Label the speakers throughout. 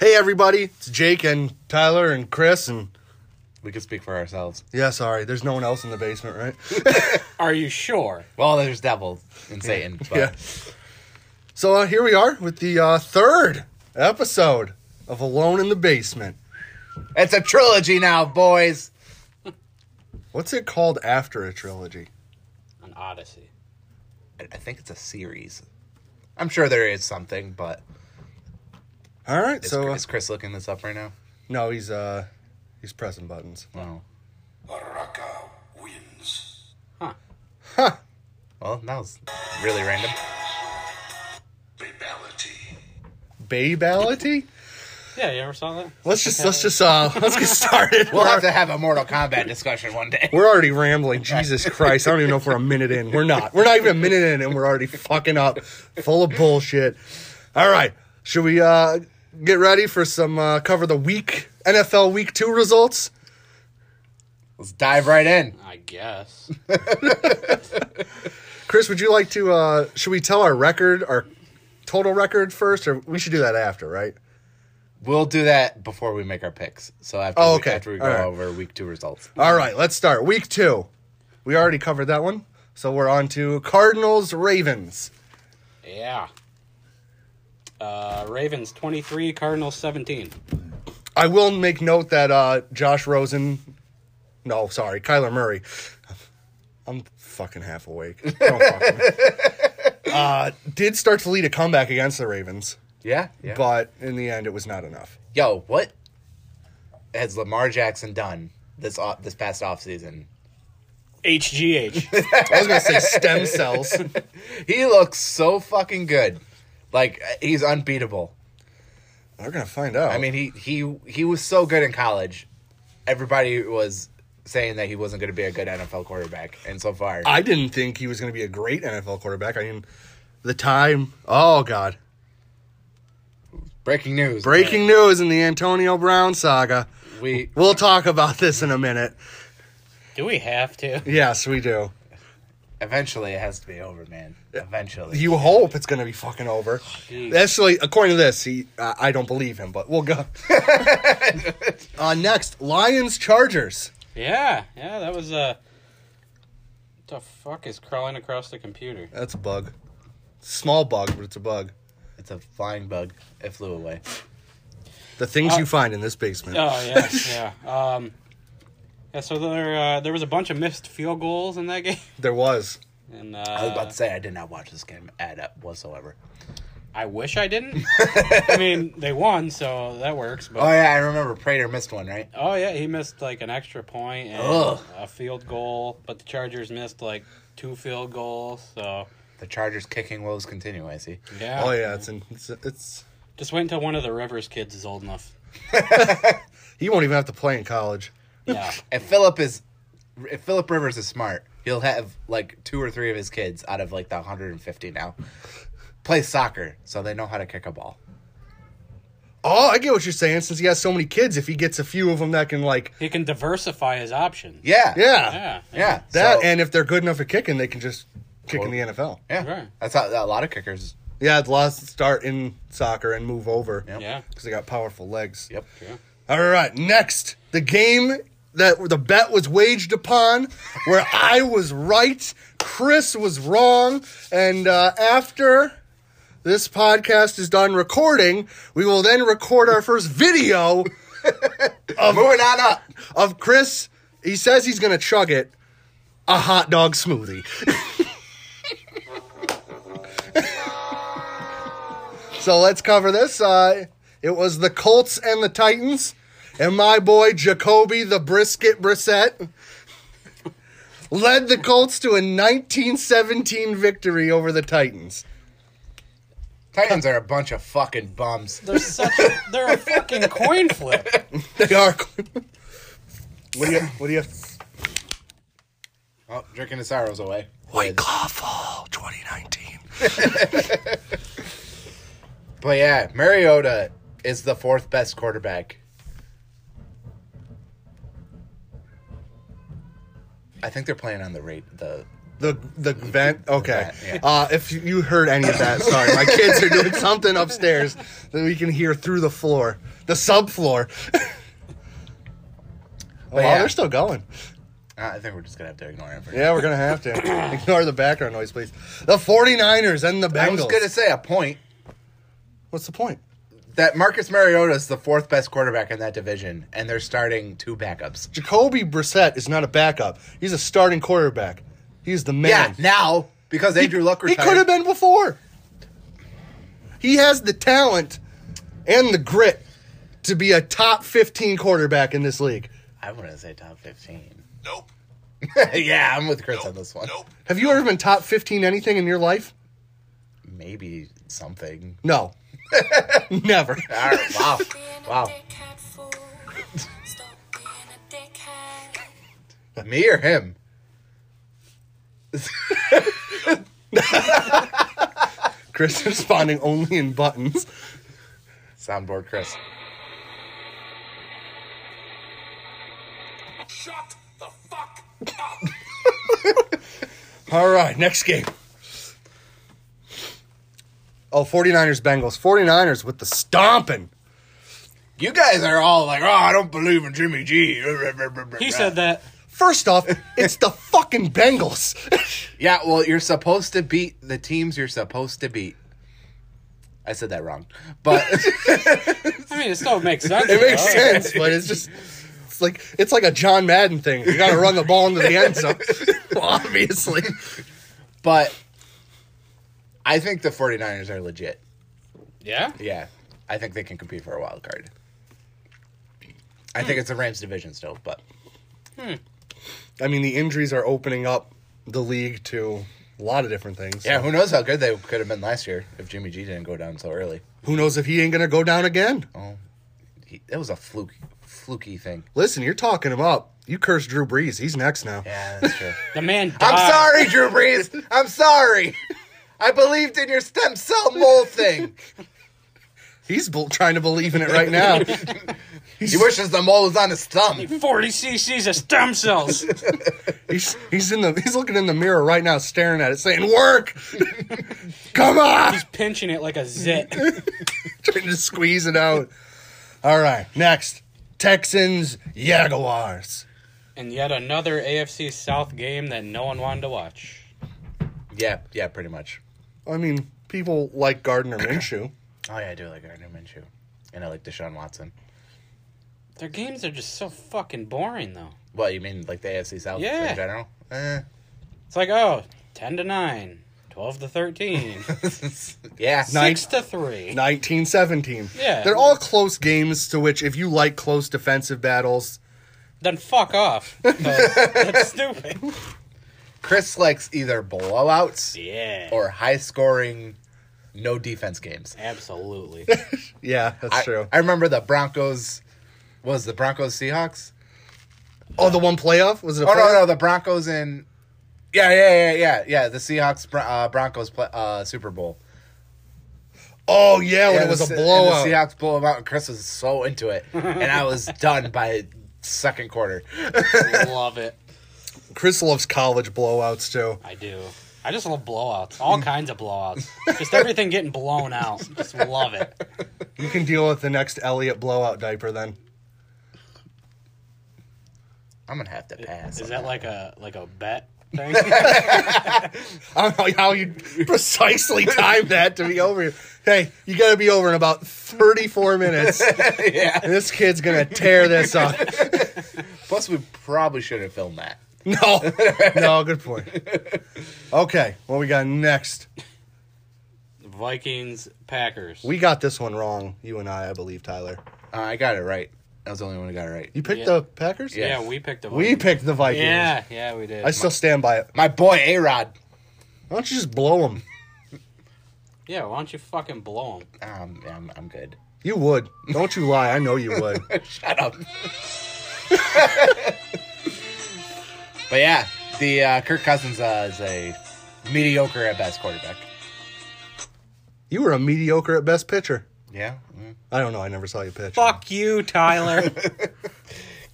Speaker 1: Hey, everybody, it's Jake and Tyler and Chris and
Speaker 2: We can speak for ourselves.
Speaker 1: yeah, sorry, there's no one else in the basement, right?
Speaker 3: Are you sure?
Speaker 2: Well, there's devil and Satan, but
Speaker 1: yeah. So uh, here we are with the uh, third episode of Alone in the Basement.
Speaker 2: it's a trilogy now, boys.
Speaker 1: What's it called after a trilogy?
Speaker 3: An Odyssey.
Speaker 2: I I think it's a series. I'm sure there is something, but
Speaker 1: All right,
Speaker 2: is,
Speaker 1: so uh,
Speaker 2: is Chris looking this up right now?
Speaker 1: no, he's uh, he's pressing buttons.
Speaker 2: No.
Speaker 4: Baraka wins.
Speaker 3: Huh.
Speaker 2: Well, that was really random.
Speaker 4: Babality.
Speaker 1: Babality?
Speaker 3: Yeah, you ever saw that?
Speaker 1: Let's just let's just uh let's get started.
Speaker 2: We'll have
Speaker 1: We're,
Speaker 2: to have a Mortal Kombat discussion one day.
Speaker 1: we're already rambling. Jesus Christ, I don't even know if we're a minute in. We're not. We're not even a minute in, and we're already fucking up, full of bullshit. All right, should we uh get ready for some uh, cover the week NFL Week Two results?
Speaker 2: Let's dive right in.
Speaker 3: I guess.
Speaker 1: Chris, would you like to? uh Should we tell our record, our total record first, or we should do that after, right?
Speaker 2: We'll do that before we make our picks. So after,
Speaker 1: Oh,
Speaker 2: we-
Speaker 1: okay.
Speaker 2: after we go
Speaker 1: All right.
Speaker 2: over week two results.
Speaker 1: All right, let's start. Week two. We already covered that one. So we're on to Cardinals Ravens.
Speaker 3: yeah. Uh, Ravens 23, Cardinals 17.
Speaker 1: I will make note that uh, Josh Rosen, no, sorry, Kyler Murray. I'm fucking half awake. Don't fuck with me. uh, did start to lead a comeback against the Ravens,
Speaker 2: Yeah. yeah.
Speaker 1: but in the end, it was not enough.
Speaker 2: Yo, what has Lamar Jackson done this off, this past offseason?
Speaker 3: HGH.
Speaker 1: I was gonna say stem cells.
Speaker 2: He looks so fucking good. Like uh, he's unbeatable.
Speaker 1: We're gonna find out.
Speaker 2: I mean, he he he was so good in college. Everybody was saying that he wasn't going to be a good NFL quarterback, and so far,
Speaker 1: I didn't think he was going to be a great NFL quarterback. I mean, the time. Oh God!
Speaker 2: breaking news.
Speaker 1: Breaking news in the Antonio Brown saga.
Speaker 2: We
Speaker 1: We'll talk about this in a minute.
Speaker 3: Do we have to?
Speaker 1: Yes, we do.
Speaker 2: eventually it has to be over, man. Eventually,
Speaker 1: You hope it's going to be fucking over. Actually, according to this, he, I I don't believe him, but we'll go. uh, next, Lions Chargers.
Speaker 3: Yeah, yeah, that was, uh. What the fuck is crawling across the computer?
Speaker 1: That's a bug. Small bug, but it's a bug.
Speaker 2: it's a flying bug. It flew away.
Speaker 1: The things
Speaker 2: Uh,
Speaker 1: you find in this basement.
Speaker 3: Oh, yeah, yeah. Um. Yeah, so there uh, there was a bunch of missed field goals in that game,
Speaker 1: There was.
Speaker 3: and uh,
Speaker 2: I was about to say I did not watch this game at up whatsoever.
Speaker 3: I wish I didn't. I mean, they won, so that works. But
Speaker 2: Oh yeah, I remember Prater missed one, right?
Speaker 3: Oh yeah, he missed like an extra point and
Speaker 2: Ugh.
Speaker 3: a field goal, but the Chargers missed like two field goals. So
Speaker 2: The Chargers kicking woes continue. I see.
Speaker 3: yeah,
Speaker 1: Oh yeah, it's in, it's, it's.
Speaker 3: Just wait until one of the Rivers kids is old enough.
Speaker 1: He won't even have to play in college.
Speaker 3: Yeah,
Speaker 2: If Philip is, if Philip Rivers is smart, he'll have like two or three of his kids out of like the 150 now play soccer, so they know how to kick a ball.
Speaker 1: Oh, I get what you're saying. Since he has so many kids, if he gets a few of them that can like,
Speaker 3: he can diversify his options.
Speaker 2: Yeah,
Speaker 1: yeah,
Speaker 3: yeah,
Speaker 2: yeah.
Speaker 1: that,
Speaker 2: so-
Speaker 1: and if they're good enough at kicking, they can just kick in the NFL.
Speaker 2: yeah,
Speaker 3: Right.
Speaker 2: that's how a lot of kickers.
Speaker 1: Yeah, it's lost start in soccer and move over.
Speaker 2: Yep.
Speaker 3: yeah.
Speaker 1: because they got powerful legs.
Speaker 2: Yep.
Speaker 3: True.
Speaker 1: All right, next the game that the bet was waged upon, where I was right, Chris was wrong, and uh, after this podcast is done recording, we will then record our first video
Speaker 2: Moving on up.
Speaker 1: of Chris. He says he's gonna chug it, a hot dog smoothie. so let's cover this. Uh, it was the Colts and the Titans, and my boy Jacoby the Brisket Brissett led the Colts to a 1917 victory over the Titans.
Speaker 2: Titans are a bunch of fucking bums.
Speaker 3: They're such. A, they're a fucking coin flip.
Speaker 1: They are. what do you? What do you?
Speaker 2: Oh, drinking his sorrows away.
Speaker 1: Claw Fall 2019.
Speaker 2: But yeah, Mariota is the fourth best quarterback. I think they're playing on the rate the
Speaker 1: The the vent. Okay.
Speaker 2: vent, yeah.
Speaker 1: Uh, if you heard any of that, sorry, my kids are doing something upstairs that we can hear through the floor, the subfloor. oh, wow,
Speaker 2: yeah.
Speaker 1: they're still going.
Speaker 2: Uh, I think we're just gonna have to ignore it. For
Speaker 1: Yeah, we're gonna have to ignore the background noise, please. The 49ers and the
Speaker 2: I was
Speaker 1: Bengals.
Speaker 2: gonna say a point
Speaker 1: What's the point?
Speaker 2: that Marcus Mariota is the fourth best quarterback in that division, and they're starting two backups.
Speaker 1: Jacoby Brissett is not a backup. He's a starting quarterback. He's the man.
Speaker 2: Yeah, now because Andrew Luck
Speaker 1: He
Speaker 2: retired.
Speaker 1: could have been before. He has the talent and the grit to be a top 15 quarterback in this league.
Speaker 2: I wouldn't say top fifteen.
Speaker 4: Nope.
Speaker 2: yeah, I'm with Chris on this one.
Speaker 4: Nope.
Speaker 1: Have you ever been top 15 anything in your life?
Speaker 2: Maybe something.
Speaker 1: No. Never.
Speaker 2: All right, wow,
Speaker 5: Wow.
Speaker 2: wow. Me or him?
Speaker 1: Chris responding only in buttons.
Speaker 2: Soundboard Chris.
Speaker 4: Shut the fuck up.
Speaker 1: All right, next game. Oh, 49ers Bengals. 49ers with the stomping.
Speaker 2: You guys are all like, oh, I don't believe in Jimmy G.
Speaker 3: He said that.
Speaker 1: First off, it's the fucking Bengals.
Speaker 2: Yeah, well, you're supposed to beat the teams you're supposed to beat. I said that wrong, but
Speaker 3: I mean, it still makes sense. Oh,
Speaker 1: It makes
Speaker 3: though.
Speaker 1: sense, but it's just it's like it's like a John Madden thing. You got to run the ball into the end zone. well, obviously,
Speaker 2: but I think the 49ers are legit.
Speaker 3: Yeah.
Speaker 2: Yeah, I think they can compete for a wild card. I think it's the Rams division still, but
Speaker 1: I mean the injuries are opening up the league to a lot of different things.
Speaker 2: yeah, who knows how good they could have been last year if Jimmy G didn't go down so early.
Speaker 1: Who knows if he ain't gonna go down again?
Speaker 2: He, that was a fluke, fluky thing.
Speaker 1: Listen, you're talking him up. You cursed Drew Brees. He's next now.
Speaker 2: Yeah, that's true.
Speaker 3: The man. Died.
Speaker 2: I'm sorry, Drew Brees. I'm sorry. I believed in your stem cell mole thing.
Speaker 1: He's bel- trying to believe in it right now.
Speaker 2: He wishes the mole was on his thumb.
Speaker 3: Forty cc's of stem cells.
Speaker 1: he's he's in the he's looking in the mirror right now, staring at it, saying, "Work, come on!"
Speaker 3: Pinching it like a zit.
Speaker 1: trying to squeeze it out. All right, next Texans Jaguars.
Speaker 3: and yet another AFC South game that no one wanted to watch.
Speaker 2: Yeah, yeah, pretty much.
Speaker 1: I mean, people like Gardner Minshew.
Speaker 2: Oh yeah, I do like Gardner Minshew, and I like Deshaun Watson.
Speaker 3: Their games are just so fucking boring, though.
Speaker 2: What you mean, like the AFC South
Speaker 3: Yeah.
Speaker 2: in general? Eh.
Speaker 3: It's like, oh, 10 to 9, 12 to 13,
Speaker 2: yeah,
Speaker 3: 6 to 3.
Speaker 1: 1917.
Speaker 3: Yeah.
Speaker 1: They're all close games to which if you like close defensive battles,
Speaker 3: Then fuck off. 'cause That's stupid.
Speaker 2: Chris likes either blowouts
Speaker 3: Yeah.
Speaker 2: or high-scoring, no defense games.
Speaker 3: Absolutely.
Speaker 1: yeah, that's
Speaker 2: I,
Speaker 1: true.
Speaker 2: I remember the Broncos. Was the Broncos Seahawks?
Speaker 1: oh, the one playoff was it? A
Speaker 2: Oh no,
Speaker 1: playoff?
Speaker 2: no, the Broncos in. Yeah, yeah, yeah, yeah, yeah. The Seahawks Bro- uh, Broncos play, uh, Super Bowl.
Speaker 1: Oh yeah, when
Speaker 2: Yeah,
Speaker 1: it was
Speaker 2: the
Speaker 1: a
Speaker 2: Se-
Speaker 1: blowout.
Speaker 2: and The Seahawks blow 'em out, and Chris was so into it, and I was done by second quarter.
Speaker 3: Love it.
Speaker 1: Chris loves college blowouts too.
Speaker 3: I do. I just love blowouts.
Speaker 1: Mm.
Speaker 3: All kinds of blowouts. Just everything getting blown out. Just love it.
Speaker 1: You can deal with the next Elliott blowout diaper then.
Speaker 2: I'm gonna have to pass.
Speaker 3: Is that like a like a bet thing?
Speaker 1: I don't know how you precisely timed that to be over. here. Hey, you got to be over in about 34 minutes.
Speaker 2: yeah.
Speaker 1: And this kid's going to tear this up.
Speaker 2: Plus, we probably should have filmed that.
Speaker 1: No. No, good point. Okay, what we got next?
Speaker 3: Vikings, Packers.
Speaker 1: We got this one wrong, you and I, I believe, Tyler.
Speaker 2: Uh, I got it right. I was the only one who got it right.
Speaker 1: You picked
Speaker 3: Yeah.
Speaker 1: the Packers?
Speaker 3: yeah, we picked the
Speaker 1: We picked the Vikings.
Speaker 3: Yeah, yeah, we did.
Speaker 1: I still stand by it.
Speaker 2: My boy A Rod.
Speaker 1: Why don't you just blow them?
Speaker 3: yeah, why don't you fucking blow them?
Speaker 2: Um, yeah, I'm, I'm good.
Speaker 1: You would. Don't you lie. I know you would.
Speaker 2: Shut up. but yeah, the uh, Kirk Cousins uh, is a mediocre at best quarterback.
Speaker 1: You were a mediocre at best pitcher.
Speaker 2: Yeah. Mm.
Speaker 1: I don't know. I never saw you pitch.
Speaker 3: Fuck you, Tyler.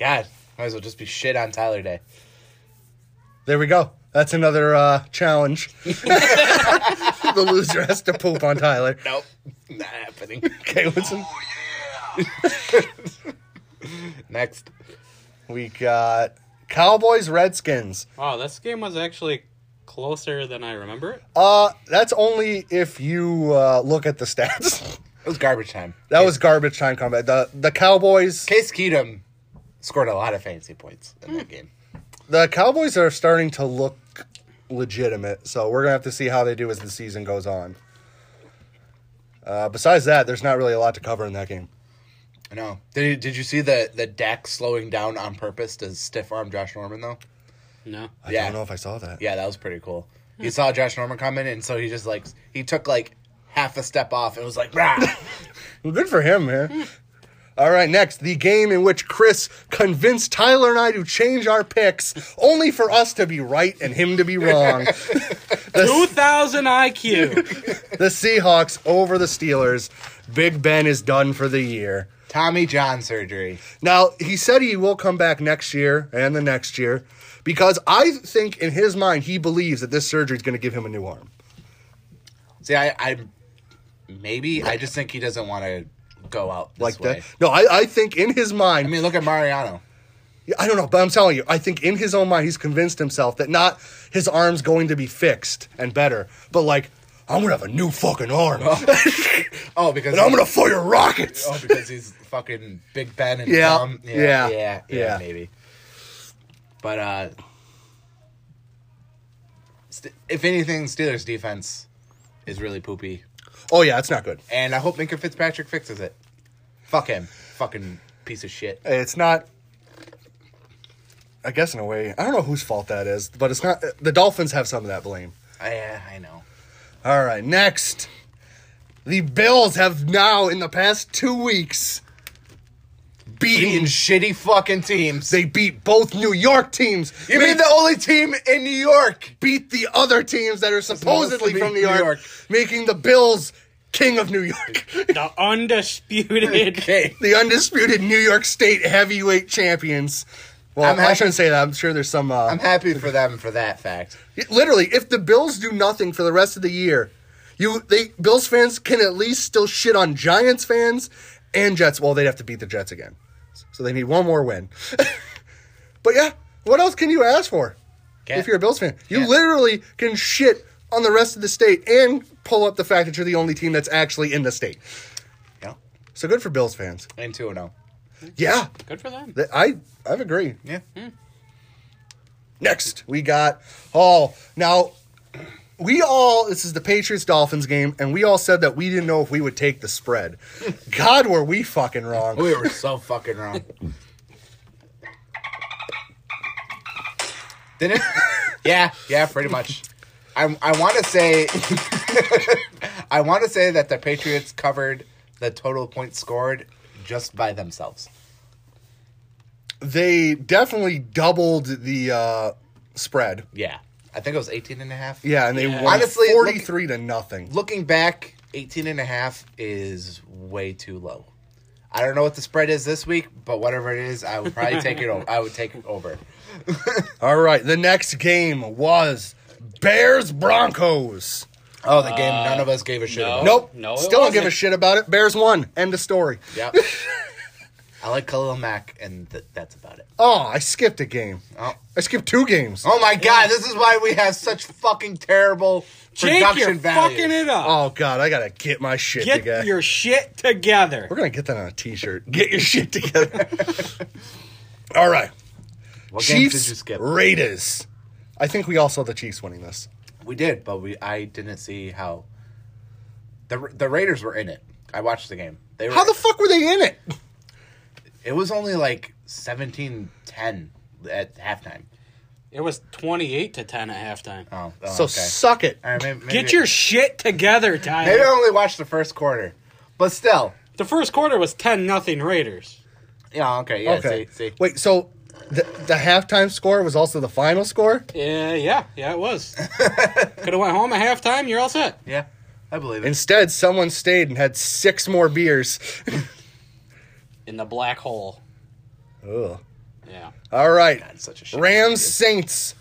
Speaker 2: God, might as well just be shit on Tyler Day.
Speaker 1: There we go. That's another uh, challenge. the loser has to poop on Tyler.
Speaker 2: Nope, not happening.
Speaker 1: Okay, what's in-
Speaker 4: Oh, yeah.
Speaker 2: Next,
Speaker 1: we got? Cowboys Redskins.
Speaker 3: Wow, this game was actually closer than I remember it.
Speaker 1: Uh, that's only if you uh, look at the stats.
Speaker 2: it was garbage time.
Speaker 1: that was garbage time combat. The the Cowboys
Speaker 2: Case Keenum scored a lot of fantasy points in that game.
Speaker 1: the Cowboys are starting to look legitimate, so we're gonna have to see how they do as the season goes on. Uh, besides that, there's not really a lot to cover in that game.
Speaker 2: I know. Did you, did you see the the Dak slowing down on purpose to stiff arm Josh Norman though?
Speaker 3: No.
Speaker 1: I
Speaker 2: Yeah.
Speaker 1: don't know if I saw that.
Speaker 2: Yeah, that was pretty cool. He saw Josh Norman coming, and so he just like he took like half a step off and was like, "Rah!"
Speaker 1: Well, good for him, man. All right, next the game in which Chris convinced Tyler and I to change our picks, only for us to be right and him to be wrong. the,
Speaker 3: 2000 IQ.
Speaker 1: the Seahawks over the Steelers. Big Ben is done for the year.
Speaker 2: Tommy John surgery.
Speaker 1: Now, he said he will come back next year and the next year because I think in his mind he believes that this surgery is going to give him a new arm.
Speaker 2: See, I, I maybe I just think he doesn't want to go out this
Speaker 1: Like
Speaker 2: way.
Speaker 1: that. No, I, I think in his mind,
Speaker 2: I mean, look at Mariano.
Speaker 1: I don't know, but I'm telling you, I think in his own mind he's convinced himself that not his arm's going to be fixed and better, but like, I'm going to have a new fucking arm.
Speaker 2: Oh, because
Speaker 1: And I'm going to fire rockets.
Speaker 2: oh because he's fucking Big Ben and
Speaker 1: Yeah,
Speaker 2: dumb.
Speaker 1: yeah,
Speaker 2: Yeah, yeah, yeah,
Speaker 1: yeah.
Speaker 2: maybe. But uh, st- if anything, Steelers defense is really poopy,
Speaker 1: Oh, yeah, it's not good.
Speaker 2: and I hope Minka Fitzpatrick fixes it. Fuck him, fucking piece of shit.
Speaker 1: It's not. I guess in a way, I don't know whose fault that is, but it's not. The Dolphins have some of that blame.
Speaker 2: I, uh, I know.
Speaker 1: All right, next. The Bills have now, in the past two weeks,
Speaker 2: Beating
Speaker 1: beaten.
Speaker 2: shitty fucking teams.
Speaker 1: They beat both New York teams.
Speaker 2: you
Speaker 1: They
Speaker 2: mean the only team in New York?
Speaker 1: beat the other teams that are supposedly
Speaker 2: to be
Speaker 1: from New
Speaker 2: New
Speaker 1: York,
Speaker 2: York.
Speaker 1: making the Bills king of New York,
Speaker 3: the undisputed.
Speaker 2: Okay.
Speaker 1: the undisputed New York State heavyweight champions. Well,
Speaker 2: I'm
Speaker 1: I
Speaker 2: happy-
Speaker 1: shouldn't say that. I'm sure there's some. Uh,
Speaker 2: I'm happy for them for that fact.
Speaker 1: literally, if the Bills do nothing for the rest of the year, you they Bills fans can at least still shit on Giants fans and Jets. Well, they'd have to beat the Jets again, so they need one more win. but yeah, what else can you ask for?
Speaker 2: Can't.
Speaker 1: If you're a Bills fan, you
Speaker 2: Can't.
Speaker 1: literally can shit on the rest of the state and pull up the fact that you're the only team that's actually in the state.
Speaker 2: No.
Speaker 1: So good for Bills fans.
Speaker 2: And oh. 2 0.
Speaker 1: Yeah,
Speaker 3: Good for them.
Speaker 1: th- I I agree.
Speaker 2: Yeah.
Speaker 1: Next, we got all now. We all this is the Patriots Dolphins game, and we all said that we didn't know if we would take the spread. God, were we fucking
Speaker 3: Oh,
Speaker 1: wrong?
Speaker 2: We were so fucking wrong. Didn't? Yeah, yeah, pretty much. I I want to say, I want to say that the Patriots covered the total points scored just by themselves.
Speaker 1: They definitely doubled the uh, spread.
Speaker 2: Yeah, I think it was 18 and a half.
Speaker 1: Yeah, and they
Speaker 3: Yeah.
Speaker 1: won
Speaker 2: Honestly, look-
Speaker 1: forty-three to nothing.
Speaker 2: Looking back, 18 and a half is way too low. I don't know what the spread is this week, but whatever it is, I would probably take it over. I would take it over.
Speaker 1: All right, the next game was Bears Broncos.
Speaker 2: Oh, the game none of us gave a shit
Speaker 3: Uh, no.
Speaker 2: about.
Speaker 1: Nope,
Speaker 3: no, it
Speaker 1: still don't give a
Speaker 3: wasn't.
Speaker 1: shit about it. Bears won. End of story.
Speaker 2: Yep. I like Khalil Mack, and th- that's about it.
Speaker 1: Oh, I skipped a game.
Speaker 2: Oh,
Speaker 1: I skipped two games.
Speaker 2: oh my God! This is why we have such fucking terrible
Speaker 3: Jake, you're
Speaker 2: production value.
Speaker 3: fucking it up.
Speaker 1: Oh God, I gotta get my shit
Speaker 3: Get
Speaker 1: together.
Speaker 3: your shit together.
Speaker 1: We're gonna get that on a T-shirt. Get your shit together. All right,
Speaker 2: What games did you
Speaker 1: Chiefs,
Speaker 2: skip?
Speaker 1: Raiders. I think we all saw the Chiefs winning this.
Speaker 2: we did, but we I didn't see how the Ra- the Raiders were in it. I watched the game. They were.
Speaker 1: How the fuck were they in it?
Speaker 2: it was only like 17-10 at halftime.
Speaker 3: It was 28 to 10 at halftime.
Speaker 2: Oh, oh,
Speaker 1: So
Speaker 2: okay.
Speaker 1: suck it.
Speaker 2: All right, maybe, maybe,
Speaker 3: Get your shit together, Tyler.
Speaker 2: maybe I only watched the first quarter, but still.
Speaker 3: The first quarter was 10 nothing Raiders.
Speaker 2: Yeah. Okay. Yeah.
Speaker 1: okay.
Speaker 2: See. see.
Speaker 1: Wait. So the, the halftime score was also the final score.
Speaker 3: Yeah, yeah, yeah, it was. Could have went home at halftime. You're all set.
Speaker 2: Yeah. I believe it.
Speaker 1: Instead, someone stayed and had six more beers.
Speaker 3: In the black hole.
Speaker 1: Ugh.
Speaker 3: Yeah.
Speaker 1: All right.
Speaker 2: God, such a shit.
Speaker 1: Rams Saints.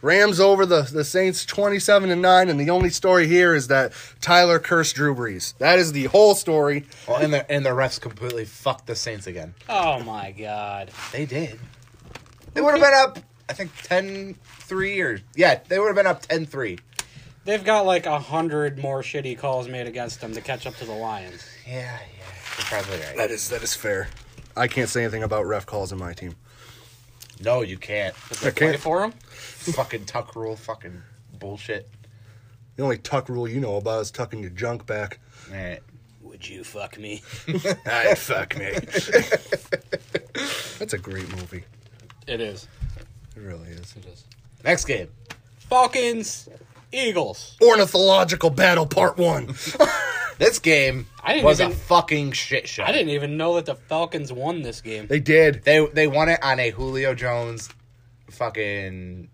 Speaker 1: Rams over the, the Saints 27 to 9. And the only story here is that Tyler cursed Drew Brees. That is the whole story.
Speaker 2: Well, and the and the refs completely fucked the Saints again.
Speaker 3: Oh my god.
Speaker 2: They did. They would have been up, I think, 10-3 or yeah, they would have been up 10-3.
Speaker 3: They've got like a hundred more shitty calls made against them to catch up to the Lions.
Speaker 2: Yeah, yeah, you're probably right.
Speaker 1: That is that is fair. I can't say anything about ref calls in my team.
Speaker 2: No, you can't.
Speaker 1: I
Speaker 3: Play
Speaker 1: can't.
Speaker 3: for them?
Speaker 2: fucking tuck rule, fucking bullshit.
Speaker 1: The only tuck rule you know about is tucking your junk back.
Speaker 2: All right.
Speaker 3: Would you fuck me?
Speaker 1: I fuck me. That's a great movie.
Speaker 3: It is.
Speaker 1: It really is.
Speaker 3: It is.
Speaker 2: Next game.
Speaker 3: Falcons, Eagles.
Speaker 1: Ornithological Battle Part 1.
Speaker 2: This game
Speaker 3: I didn't
Speaker 2: was a
Speaker 3: even-
Speaker 2: fucking shit show.
Speaker 3: I didn't even know that the Falcons won this game.
Speaker 1: they did.
Speaker 2: They they won it on a Julio Jones, fucking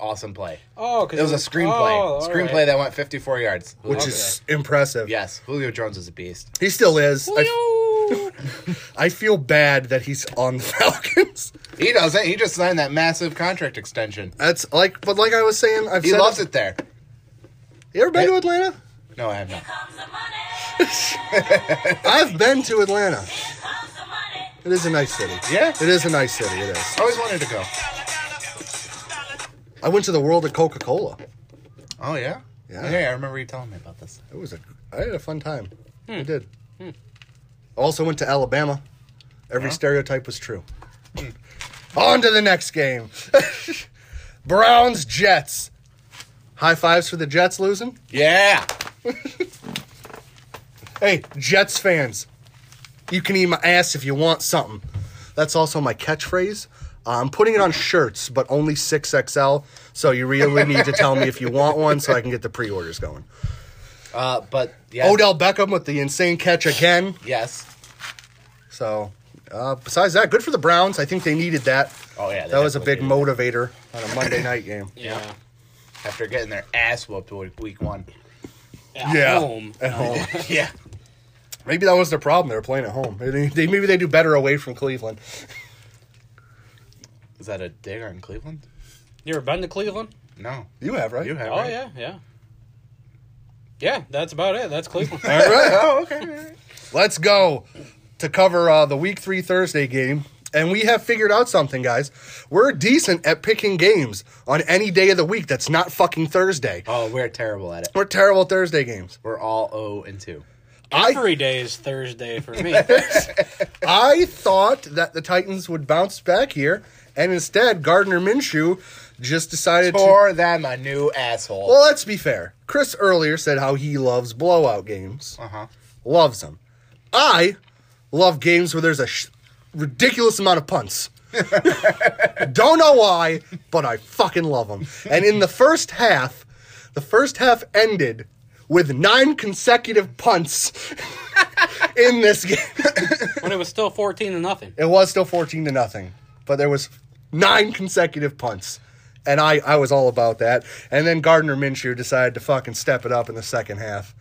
Speaker 2: awesome play.
Speaker 3: Oh, because
Speaker 2: It was a screenplay, screenplay that went 54 yards,
Speaker 1: Which is impressive.
Speaker 2: yes, Julio Jones is a beast.
Speaker 1: He still is. I,
Speaker 3: that.
Speaker 1: I feel bad that he's on the Falcons.
Speaker 2: He doesn't. He just signed that massive contract extension.
Speaker 1: That's like, but like I was saying, I've
Speaker 2: He
Speaker 1: said
Speaker 2: loves it there.
Speaker 1: You ever been to Atlanta?
Speaker 2: No, I have not.
Speaker 4: Comes the money.
Speaker 1: I've been to Atlanta.
Speaker 4: Comes the money.
Speaker 1: It is a nice city.
Speaker 2: Yeah.
Speaker 1: It is a nice city. It is.
Speaker 2: I always wanted to go.
Speaker 1: I went to the World of Coca Cola.
Speaker 2: Oh yeah.
Speaker 1: Yeah.
Speaker 2: Yeah, I remember you telling me about this.
Speaker 1: It was a. I had a fun time. I did. Also went to Alabama. Every stereotype was true. Hmm. On to the next game. Browns Jets. High fives for the Jets losing.
Speaker 2: Yeah.
Speaker 1: Hey, Jets fans, you can eat my ass if you want something. That's also my catchphrase. Uh, I'm putting it on shirts, but only 6XL. So you really need to tell me if you want one so I can get the pre orders going.
Speaker 2: Uh, but yeah.
Speaker 1: Odell Beckham with the insane catch again.
Speaker 2: Yes.
Speaker 1: So, uh, besides that, good for the Browns. I think they needed that.
Speaker 2: Oh yeah. they
Speaker 1: that was a big
Speaker 2: definitely
Speaker 1: motivator on a Monday night game.
Speaker 3: yeah.
Speaker 2: did. after getting their ass whooped week week one.
Speaker 3: At home.
Speaker 2: Oh.
Speaker 1: At home.
Speaker 2: yeah.
Speaker 1: Maybe that was their problem. They were playing at home. They- they- maybe they do better away from Cleveland.
Speaker 2: Is that a dig on Cleveland?
Speaker 3: You ever been to Cleveland?
Speaker 2: No.
Speaker 1: You have, right?
Speaker 2: You have.
Speaker 3: Oh
Speaker 2: right?
Speaker 3: yeah, yeah. Yeah, that's about it. That's Cleveland.
Speaker 1: All right.
Speaker 2: Oh okay. all right.
Speaker 1: Let's go to cover uh, the week three Thursday game. And we have figured out something, guys. We're decent at picking games on any day of the week that's not fucking Thursday.
Speaker 2: Oh, we're terrible at it.
Speaker 1: We're terrible at Thursday games.
Speaker 2: We're all zero and two.
Speaker 3: Every day is Thursday for me.
Speaker 1: I thought that the Titans would bounce back here, and instead, Gardner Minshew just decided to.
Speaker 2: For them a new asshole.
Speaker 1: Well, let's be fair. Chris earlier said how he loves blowout games.
Speaker 2: uh huh.
Speaker 1: loves them. I love games where there's a sh- ridiculous amount of punts. Don't know why, but I fucking love them. And in the first half, the first half ended with nine consecutive punts in this game.
Speaker 3: when it was still fourteen to nothing.
Speaker 1: It was still 14 to nothing, but there was nine consecutive punts. And I, I was all about that. And then Gardner Minshew decided to fucking step it up in the second half.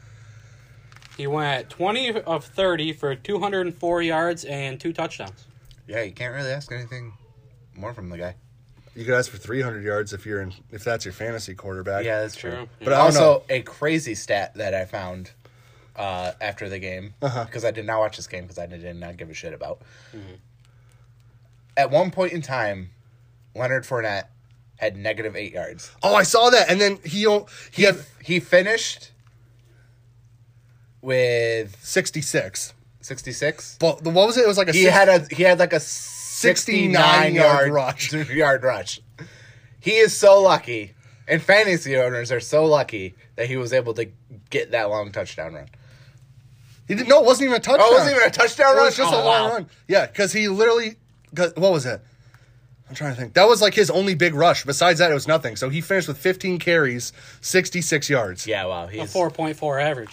Speaker 3: He went twenty of thirty for two hundred and four yards and two touchdowns.
Speaker 2: Yeah, you can't really ask anything more from the guy.
Speaker 1: You could ask for 300 yards if you're in, if that's your fantasy quarterback.
Speaker 2: Yeah, that's
Speaker 3: True.
Speaker 2: true.
Speaker 1: But
Speaker 2: But
Speaker 1: I don't
Speaker 2: also
Speaker 1: know.
Speaker 2: a crazy stat that I found uh, after the game because I did not watch this game because I did not give a shit about. At one point in time, Leonard Fournette had negative eight yards.
Speaker 1: Oh, I saw that, and then he o- he had
Speaker 2: He finished with
Speaker 1: sixty six.
Speaker 2: sixty six.
Speaker 1: But the- what was it? It was like a
Speaker 2: He
Speaker 1: six-
Speaker 2: had a he had like a sixty nine yard
Speaker 1: rush.
Speaker 2: Yard rush. He is so lucky, and fantasy owners are so lucky that he was able to get that long touchdown run.
Speaker 1: He didn't. No, it wasn't even a touchdown.
Speaker 2: Oh, it wasn't even a touchdown
Speaker 1: It
Speaker 2: run. Oh,
Speaker 1: was just a long run. Yeah, because he literally. 'cause- What was it? I'm trying to think. That was like his only big rush. Besides that, it was nothing. So he finished with 15 carries, 66 yards.
Speaker 2: Yeah, wow,
Speaker 3: A
Speaker 2: he's
Speaker 3: four point four average.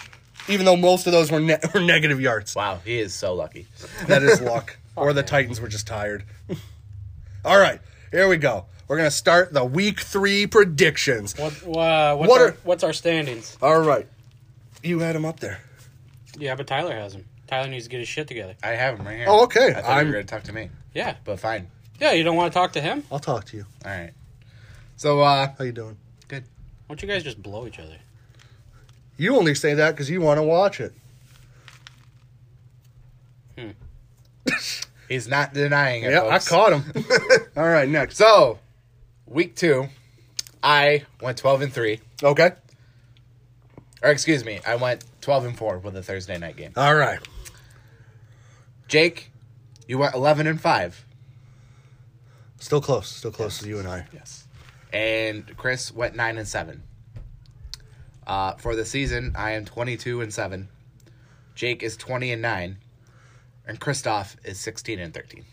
Speaker 1: Even though most of those were, ne- were negative yards.
Speaker 2: wow, he is so lucky.
Speaker 1: That is luck. or the Titans were just tired. All right, here we go. We're gonna start the week three predictions.
Speaker 3: What? wha- what's,
Speaker 1: What
Speaker 3: our,
Speaker 1: are-
Speaker 3: what's our standings?
Speaker 1: All right, you had him up there.
Speaker 3: Yeah, but Tyler has him. Tyler needs to get his shit together.
Speaker 2: I have him right here.
Speaker 1: Oh, okay.
Speaker 2: I thought you
Speaker 1: I'm-
Speaker 2: were going to talk to me,
Speaker 3: Yeah,
Speaker 2: but fine.
Speaker 3: yeah. You don't want to talk to him?
Speaker 1: I'll talk to you.
Speaker 2: All right. So uh,
Speaker 1: How you doing?
Speaker 2: good.
Speaker 3: Why don't you guys just blow each other?
Speaker 1: You only say that because you want to watch it.
Speaker 2: He's not denying it.
Speaker 1: Yeah, I
Speaker 2: folks.
Speaker 1: caught him. All right, next.
Speaker 2: So, week two, I went twelve and three,
Speaker 1: Okay.
Speaker 2: or excuse me, I went twelve and four with a Thursday night game.
Speaker 1: All right.
Speaker 2: Jake, you went eleven and five.
Speaker 1: Still close. Still close to you and I.
Speaker 2: Yes. And Chris went nine and seven. Uh, for the season, I am twenty-two and seven. Jake is twenty and nine, and Christoph is sixteen and thirteen.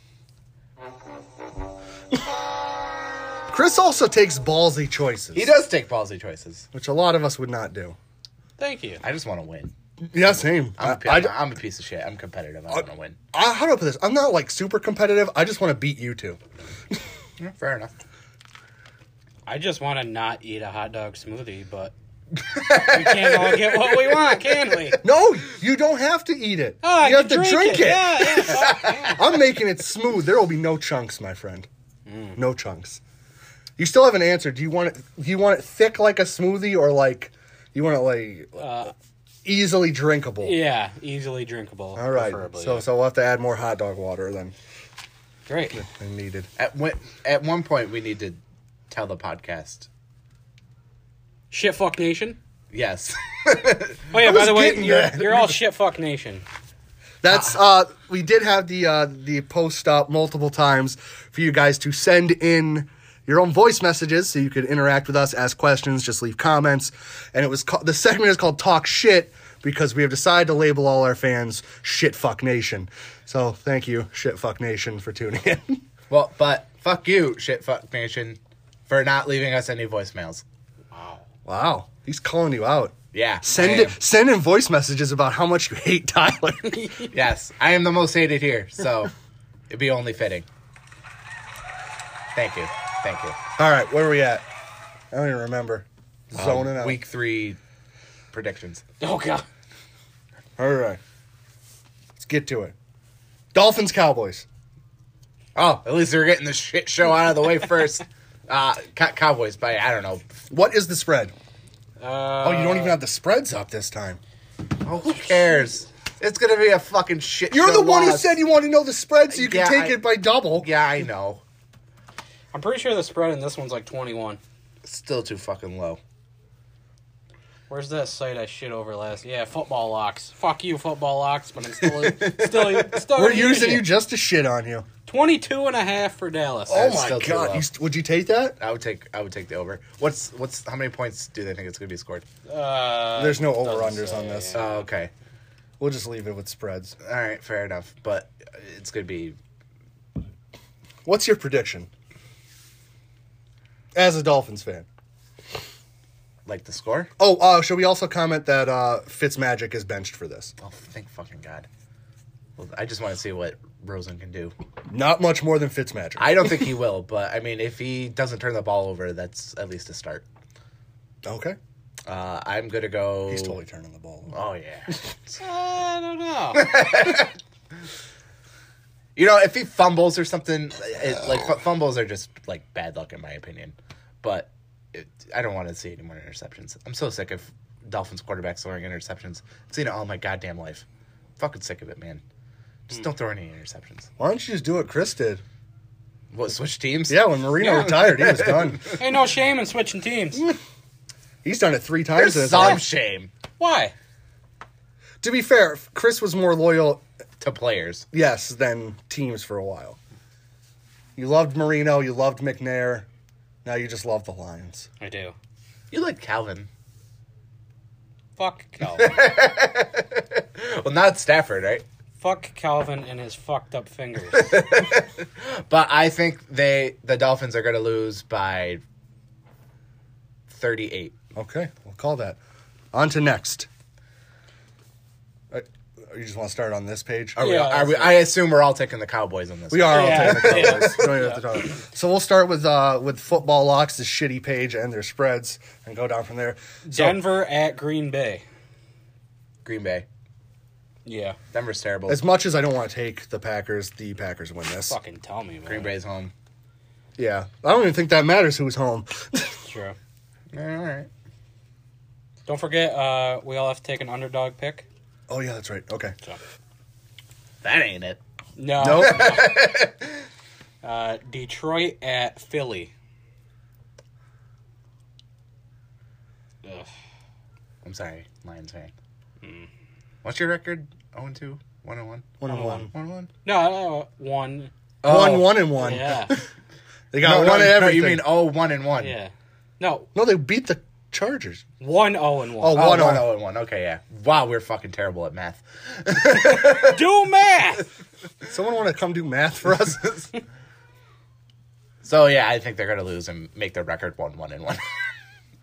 Speaker 1: Chris also takes ballsy choices,
Speaker 2: He does take policy choices.
Speaker 1: which a lot of us would not do.
Speaker 3: Thank you.
Speaker 2: I just want to win.
Speaker 1: Yeah, same.
Speaker 2: I'm,
Speaker 1: I,
Speaker 2: a pi-
Speaker 1: Uh, I- Uh,
Speaker 2: I'm a piece of shit. I'm competitive. I want to win.
Speaker 1: I- how do I put this? I'm not like super competitive. I just want to beat you two.
Speaker 2: Yeah, Fair enough.
Speaker 3: I just want to not eat a hot dog smoothie, but we can't all get what we want, can we?
Speaker 1: No, you don't have to eat it.
Speaker 3: Oh, I
Speaker 1: you have
Speaker 3: can
Speaker 1: to drink it.
Speaker 3: Yeah, yeah, fuck, yeah.
Speaker 1: I'm making it smooth. There will be no chunks, my friend.
Speaker 3: Mm.
Speaker 1: No chunks. You still haven't answered. Do you want it? Do you want it thick like a smoothie, or like you want it like easily drinkable?
Speaker 3: Uh, Yeah, easily drinkable.
Speaker 1: All right.
Speaker 3: preferably.
Speaker 1: So so we'll have to add more hot dog water than
Speaker 3: great.
Speaker 1: than needed.
Speaker 2: At one, at one point, we need to tell the podcast.
Speaker 3: Shit fuck nation.
Speaker 2: Yes.
Speaker 3: Oh yeah, by
Speaker 1: was
Speaker 3: the way,
Speaker 1: getting
Speaker 3: you're,
Speaker 1: that.
Speaker 3: you're all shit fuck nation.
Speaker 1: That's uh we did have the uh the post up multiple times for you guys to send in your own voice messages so you could interact with us, ask questions, just leave comments. And it was ca- the segment is called Talk Shit because we have decided to label all our fans Shit Fuck Nation. So thank you Shit Fuck Nation for tuning in.
Speaker 2: well, but fuck you, shit, fuck nation, for not leaving us any voicemails.
Speaker 1: wow, he's calling you out.
Speaker 2: Yeah.
Speaker 1: Send
Speaker 2: I am.
Speaker 1: it, send in voice messages about how much you hate Tyler.
Speaker 2: Yes, I am the most hated here, so it'd be only fitting. Thank you. Thank you.
Speaker 1: all right, where are we at? I don't even remember. Zoning out.
Speaker 2: Week three predictions.
Speaker 3: Oh god.
Speaker 1: All right. Let's get to it. Dolphins, Cowboys.
Speaker 2: Oh, at least we're getting the shit show out of the way first. Uh, Co- Cowboys by I don't know.
Speaker 1: What is the spread?
Speaker 3: Uh,
Speaker 1: Oh, you don't even
Speaker 2: Uh,
Speaker 1: have the spreads up this time.
Speaker 2: Oh, who cares? It's gonna be a fucking shit.
Speaker 1: You're
Speaker 2: show
Speaker 1: the one who
Speaker 2: loss.
Speaker 1: said you want to know the spread so you can
Speaker 2: Yeah,
Speaker 1: take
Speaker 2: I-
Speaker 1: it by double.
Speaker 2: Yeah, I know.
Speaker 3: I'm pretty sure the spread in this one's like 21.
Speaker 2: Still too fucking low.
Speaker 3: Where's that site I shit over last? Yeah, football locks. Fuck you, football locks. But I'm still, still, still.
Speaker 1: We're using you just to shit on you.
Speaker 3: 22 and a half for Dallas.
Speaker 1: Oh
Speaker 2: That's
Speaker 1: my
Speaker 2: still too
Speaker 1: god.
Speaker 2: low.
Speaker 1: You st- would you take that?
Speaker 2: I would take. I would take the over. What's what's how many points do they think it's gonna be scored?
Speaker 3: Uh,
Speaker 1: There's no over
Speaker 3: doesn't
Speaker 1: unders
Speaker 3: say,
Speaker 1: on this.
Speaker 2: Oh, okay.
Speaker 1: We'll just leave it with spreads.
Speaker 2: All right, fair enough. But it's gonna be
Speaker 1: What's your prediction? As a Dolphins fan.
Speaker 2: like the score.
Speaker 1: Oh, uh, should we also comment that uh, Fitzmagic is benched for this?
Speaker 2: Oh, thank fucking God. Well, I just want to see what Rosen can do.
Speaker 1: Not much more than Fitzmagic.
Speaker 2: I don't think he will, but I mean, if he doesn't turn the ball over, that's at least a start.
Speaker 1: okay.
Speaker 2: Uh, I'm going to go.
Speaker 1: He's totally turning the ball. over.
Speaker 2: Oh, yeah.
Speaker 3: I don't know.
Speaker 2: you know, if he fumbles or something, it, like f- fumbles are just like bad luck, in my opinion. But it, I don't want to see any more interceptions. I'm so sick of Dolphins quarterbacks throwing interceptions. I've seen it all my goddamn life. Fucking sick of it, man. Just
Speaker 1: Hmm.
Speaker 2: don't throw any interceptions.
Speaker 1: Why don't you just do what Chris did?
Speaker 2: What, switch teams?
Speaker 1: Yeah, when Marino retired, he was done.
Speaker 3: Ain't no shame in switching teams.
Speaker 1: He's done it three times.
Speaker 2: There's
Speaker 1: in his
Speaker 2: some
Speaker 1: life.
Speaker 2: shame
Speaker 3: Why?
Speaker 1: To be fair, Chris was more loyal,
Speaker 2: to players.
Speaker 1: yes, than teams for a while. You loved Marino, you loved McNair. Now you just love the Lions.
Speaker 3: I do.
Speaker 2: You like Calvin.
Speaker 3: Fuck Calvin.
Speaker 2: Well, not Stafford, right?
Speaker 3: Fuck Calvin and his fucked up fingers.
Speaker 2: But I think they the Dolphins are going to lose by 38.
Speaker 1: Okay, we'll call that. On to next. Uh, You just want to start on this page? Oh,
Speaker 2: Are we,
Speaker 3: Yeah,
Speaker 2: are we, I assume we're all taking the Cowboys in this.
Speaker 1: We are all
Speaker 3: Yeah.
Speaker 1: taking the
Speaker 3: Yeah.
Speaker 1: Cowboys. We don't even have to talk about it. So we'll start with uh, with football locks, the shitty page, and their spreads, and go down from there. So,
Speaker 3: Denver at Green Bay.
Speaker 2: Green Bay.
Speaker 3: Yeah.
Speaker 2: Denver's terrible.
Speaker 1: as much as I don't want to take the Packers, the Packers win this.
Speaker 3: Fucking tell me, man.
Speaker 2: Green Bay's home.
Speaker 1: Yeah. I don't even think that matters who's home.
Speaker 3: Sure.
Speaker 2: All right.
Speaker 3: Don't forget, uh, we all have to take an underdog pick.
Speaker 1: oh, yeah, that's right. Okay.
Speaker 2: That ain't it.
Speaker 3: No.
Speaker 1: Nope.
Speaker 3: Uh, Detroit at Philly. Ugh.
Speaker 2: I'm sorry, Lions fan. What's your record? 0 2? 1 1?
Speaker 1: Hmm. One and one.
Speaker 2: 1 1?
Speaker 3: No, no, one.
Speaker 1: One, one and one.
Speaker 3: Yeah,
Speaker 1: They got one
Speaker 2: no,
Speaker 1: and everything.
Speaker 2: you mean oh one and 1.
Speaker 3: yeah. No,
Speaker 1: No, they beat the Chargers.
Speaker 3: one oh and
Speaker 1: Oh,
Speaker 3: one.
Speaker 2: Oh,
Speaker 1: one
Speaker 2: one,
Speaker 1: on.
Speaker 2: oh, and 1. Okay, yeah. Wow, we're fucking terrible at math.
Speaker 3: Do math.
Speaker 1: Someone want to come do math for us?
Speaker 2: So, yeah, I think they're going to lose and make their record 1 1 and 1.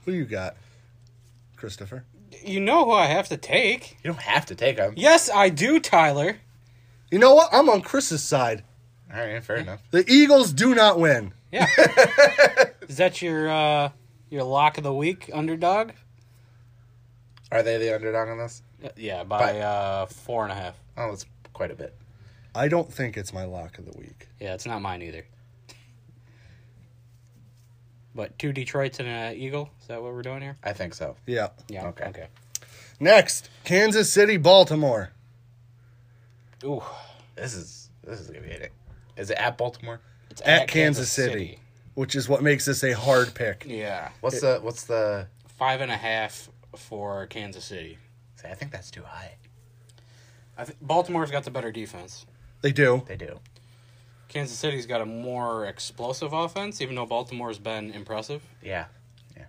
Speaker 1: Who you got, Christopher?
Speaker 3: You know who I have to take?
Speaker 2: you don't have to take them.
Speaker 3: Yes, I do, Tyler.
Speaker 1: You know what? I'm on Chris's side.
Speaker 2: All right, fair enough.
Speaker 1: The Eagles do not win.
Speaker 3: Yeah. Is that your uh, your lock of the week, underdog?
Speaker 2: Are they the underdog on this?
Speaker 3: Uh, Yeah, by
Speaker 2: By-
Speaker 3: uh, four and a half.
Speaker 2: Oh, that's quite a bit.
Speaker 1: I don't think it's my lock of the week.
Speaker 3: Yeah, it's not mine either. But two Detroits and an Eagle. Is that what we're doing here?
Speaker 2: I think so.
Speaker 1: Yeah.
Speaker 3: Yeah.
Speaker 2: Okay.
Speaker 3: Okay.
Speaker 1: Next, Kansas City, Baltimore.
Speaker 3: Ooh.
Speaker 2: This is this is going to be it. Is it at Baltimore?
Speaker 3: It's
Speaker 1: At Kansas City. Which is what makes this a hard pick.
Speaker 3: Yeah.
Speaker 2: What's the what's the
Speaker 3: Five and a half for Kansas City.
Speaker 2: See, I think that's too high.
Speaker 3: I th- Baltimore's got the better defense.
Speaker 1: They do.
Speaker 2: They do.
Speaker 3: Kansas City's got a more explosive offense, even though Baltimore's been impressive.
Speaker 2: Yeah. Yeah.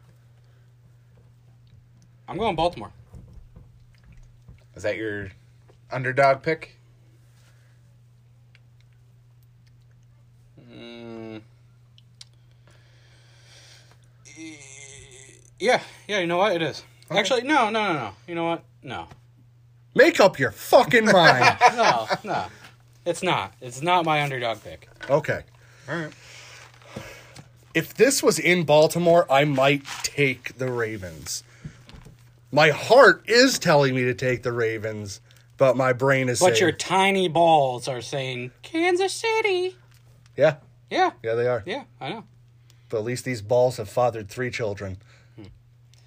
Speaker 3: I'm going Baltimore.
Speaker 2: Is that your underdog pick?
Speaker 3: Mm. E- Yeah, yeah. You know what? It is actually no, no, no, no. You know what? No,
Speaker 1: Make up your fucking mind.
Speaker 3: no, no. It's not. It's not my underdog pick.
Speaker 1: Okay.
Speaker 2: All right.
Speaker 1: If this was in Baltimore, I might take the Ravens. My heart is telling me to take the Ravens, but my brain is
Speaker 3: But
Speaker 1: saying,
Speaker 3: your tiny balls are saying Kansas City.
Speaker 1: yeah,
Speaker 3: Yeah,
Speaker 1: yeah, they are.
Speaker 3: yeah. I know.
Speaker 1: But at least these balls have fathered three children.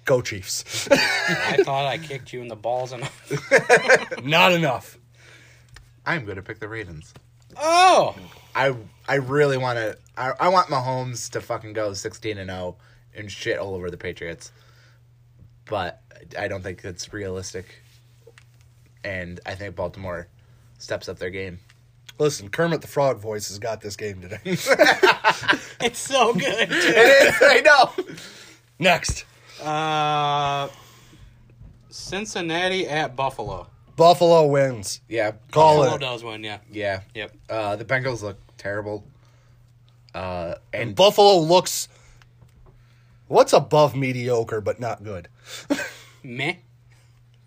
Speaker 1: Go Chiefs.
Speaker 3: I thought I kicked you in the balls and.
Speaker 1: Not enough.
Speaker 2: I'm going to pick the Ravens.
Speaker 3: Oh,
Speaker 2: I I really want to. I, I want Mahomes to fucking go 16 and 0 and shit all over the Patriots. But I don't think it's realistic. And I think Baltimore steps up their game.
Speaker 1: Listen, Kermit the Frog voice has got this game today.
Speaker 3: it's so good. too.
Speaker 2: I know.
Speaker 1: Next,
Speaker 3: Uh, Cincinnati at Buffalo.
Speaker 1: Buffalo wins.
Speaker 2: Yeah.
Speaker 1: Call
Speaker 3: Buffalo
Speaker 1: it.
Speaker 3: does win. Yeah.
Speaker 2: Yeah.
Speaker 3: Yep.
Speaker 2: Uh, the Bengals look terrible. Uh, and
Speaker 1: Buffalo looks what's above mediocre but not good.
Speaker 3: Meh.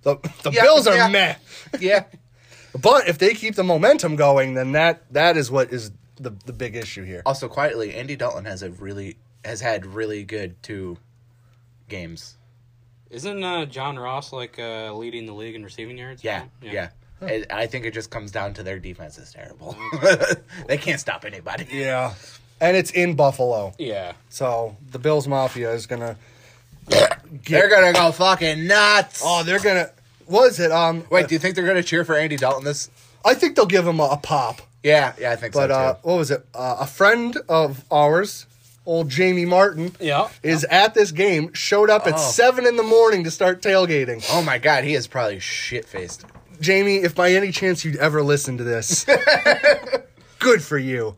Speaker 1: The, the
Speaker 2: Yeah,
Speaker 1: Bills are
Speaker 2: yeah.
Speaker 1: meh.
Speaker 2: yeah,
Speaker 1: But if they keep the momentum going, then that that is what is the the big issue here.
Speaker 2: also quietly, Andy Dalton has a really has had really good two games.
Speaker 3: Isn't uh, John Ross like uh, leading the league in receiving yards?
Speaker 2: Yeah, yeah.
Speaker 3: Yeah.
Speaker 2: And I think it just comes down to their defense is terrible. they can't stop anybody.
Speaker 1: Yeah. And it's in Buffalo.
Speaker 3: Yeah.
Speaker 1: So the Bills Mafia is gonna
Speaker 2: They're gonna go fucking nuts.
Speaker 1: Oh, they're gonna what is it? Um
Speaker 2: Wait, do you think they're gonna cheer for Andy Dalton this?
Speaker 1: I think they'll give him a, a pop.
Speaker 2: Yeah, yeah, I think
Speaker 1: But
Speaker 2: so
Speaker 1: uh,
Speaker 2: too.
Speaker 1: what was it? Uh, a friend of ours, old Jamie Martin,
Speaker 3: Yeah.
Speaker 1: is at this game. Showed up at
Speaker 2: Oh.
Speaker 1: seven in the morning to start tailgating.
Speaker 2: Oh my god, he is probably shit faced.
Speaker 1: Jamie, if by any chance you'd ever listen to this, good for you.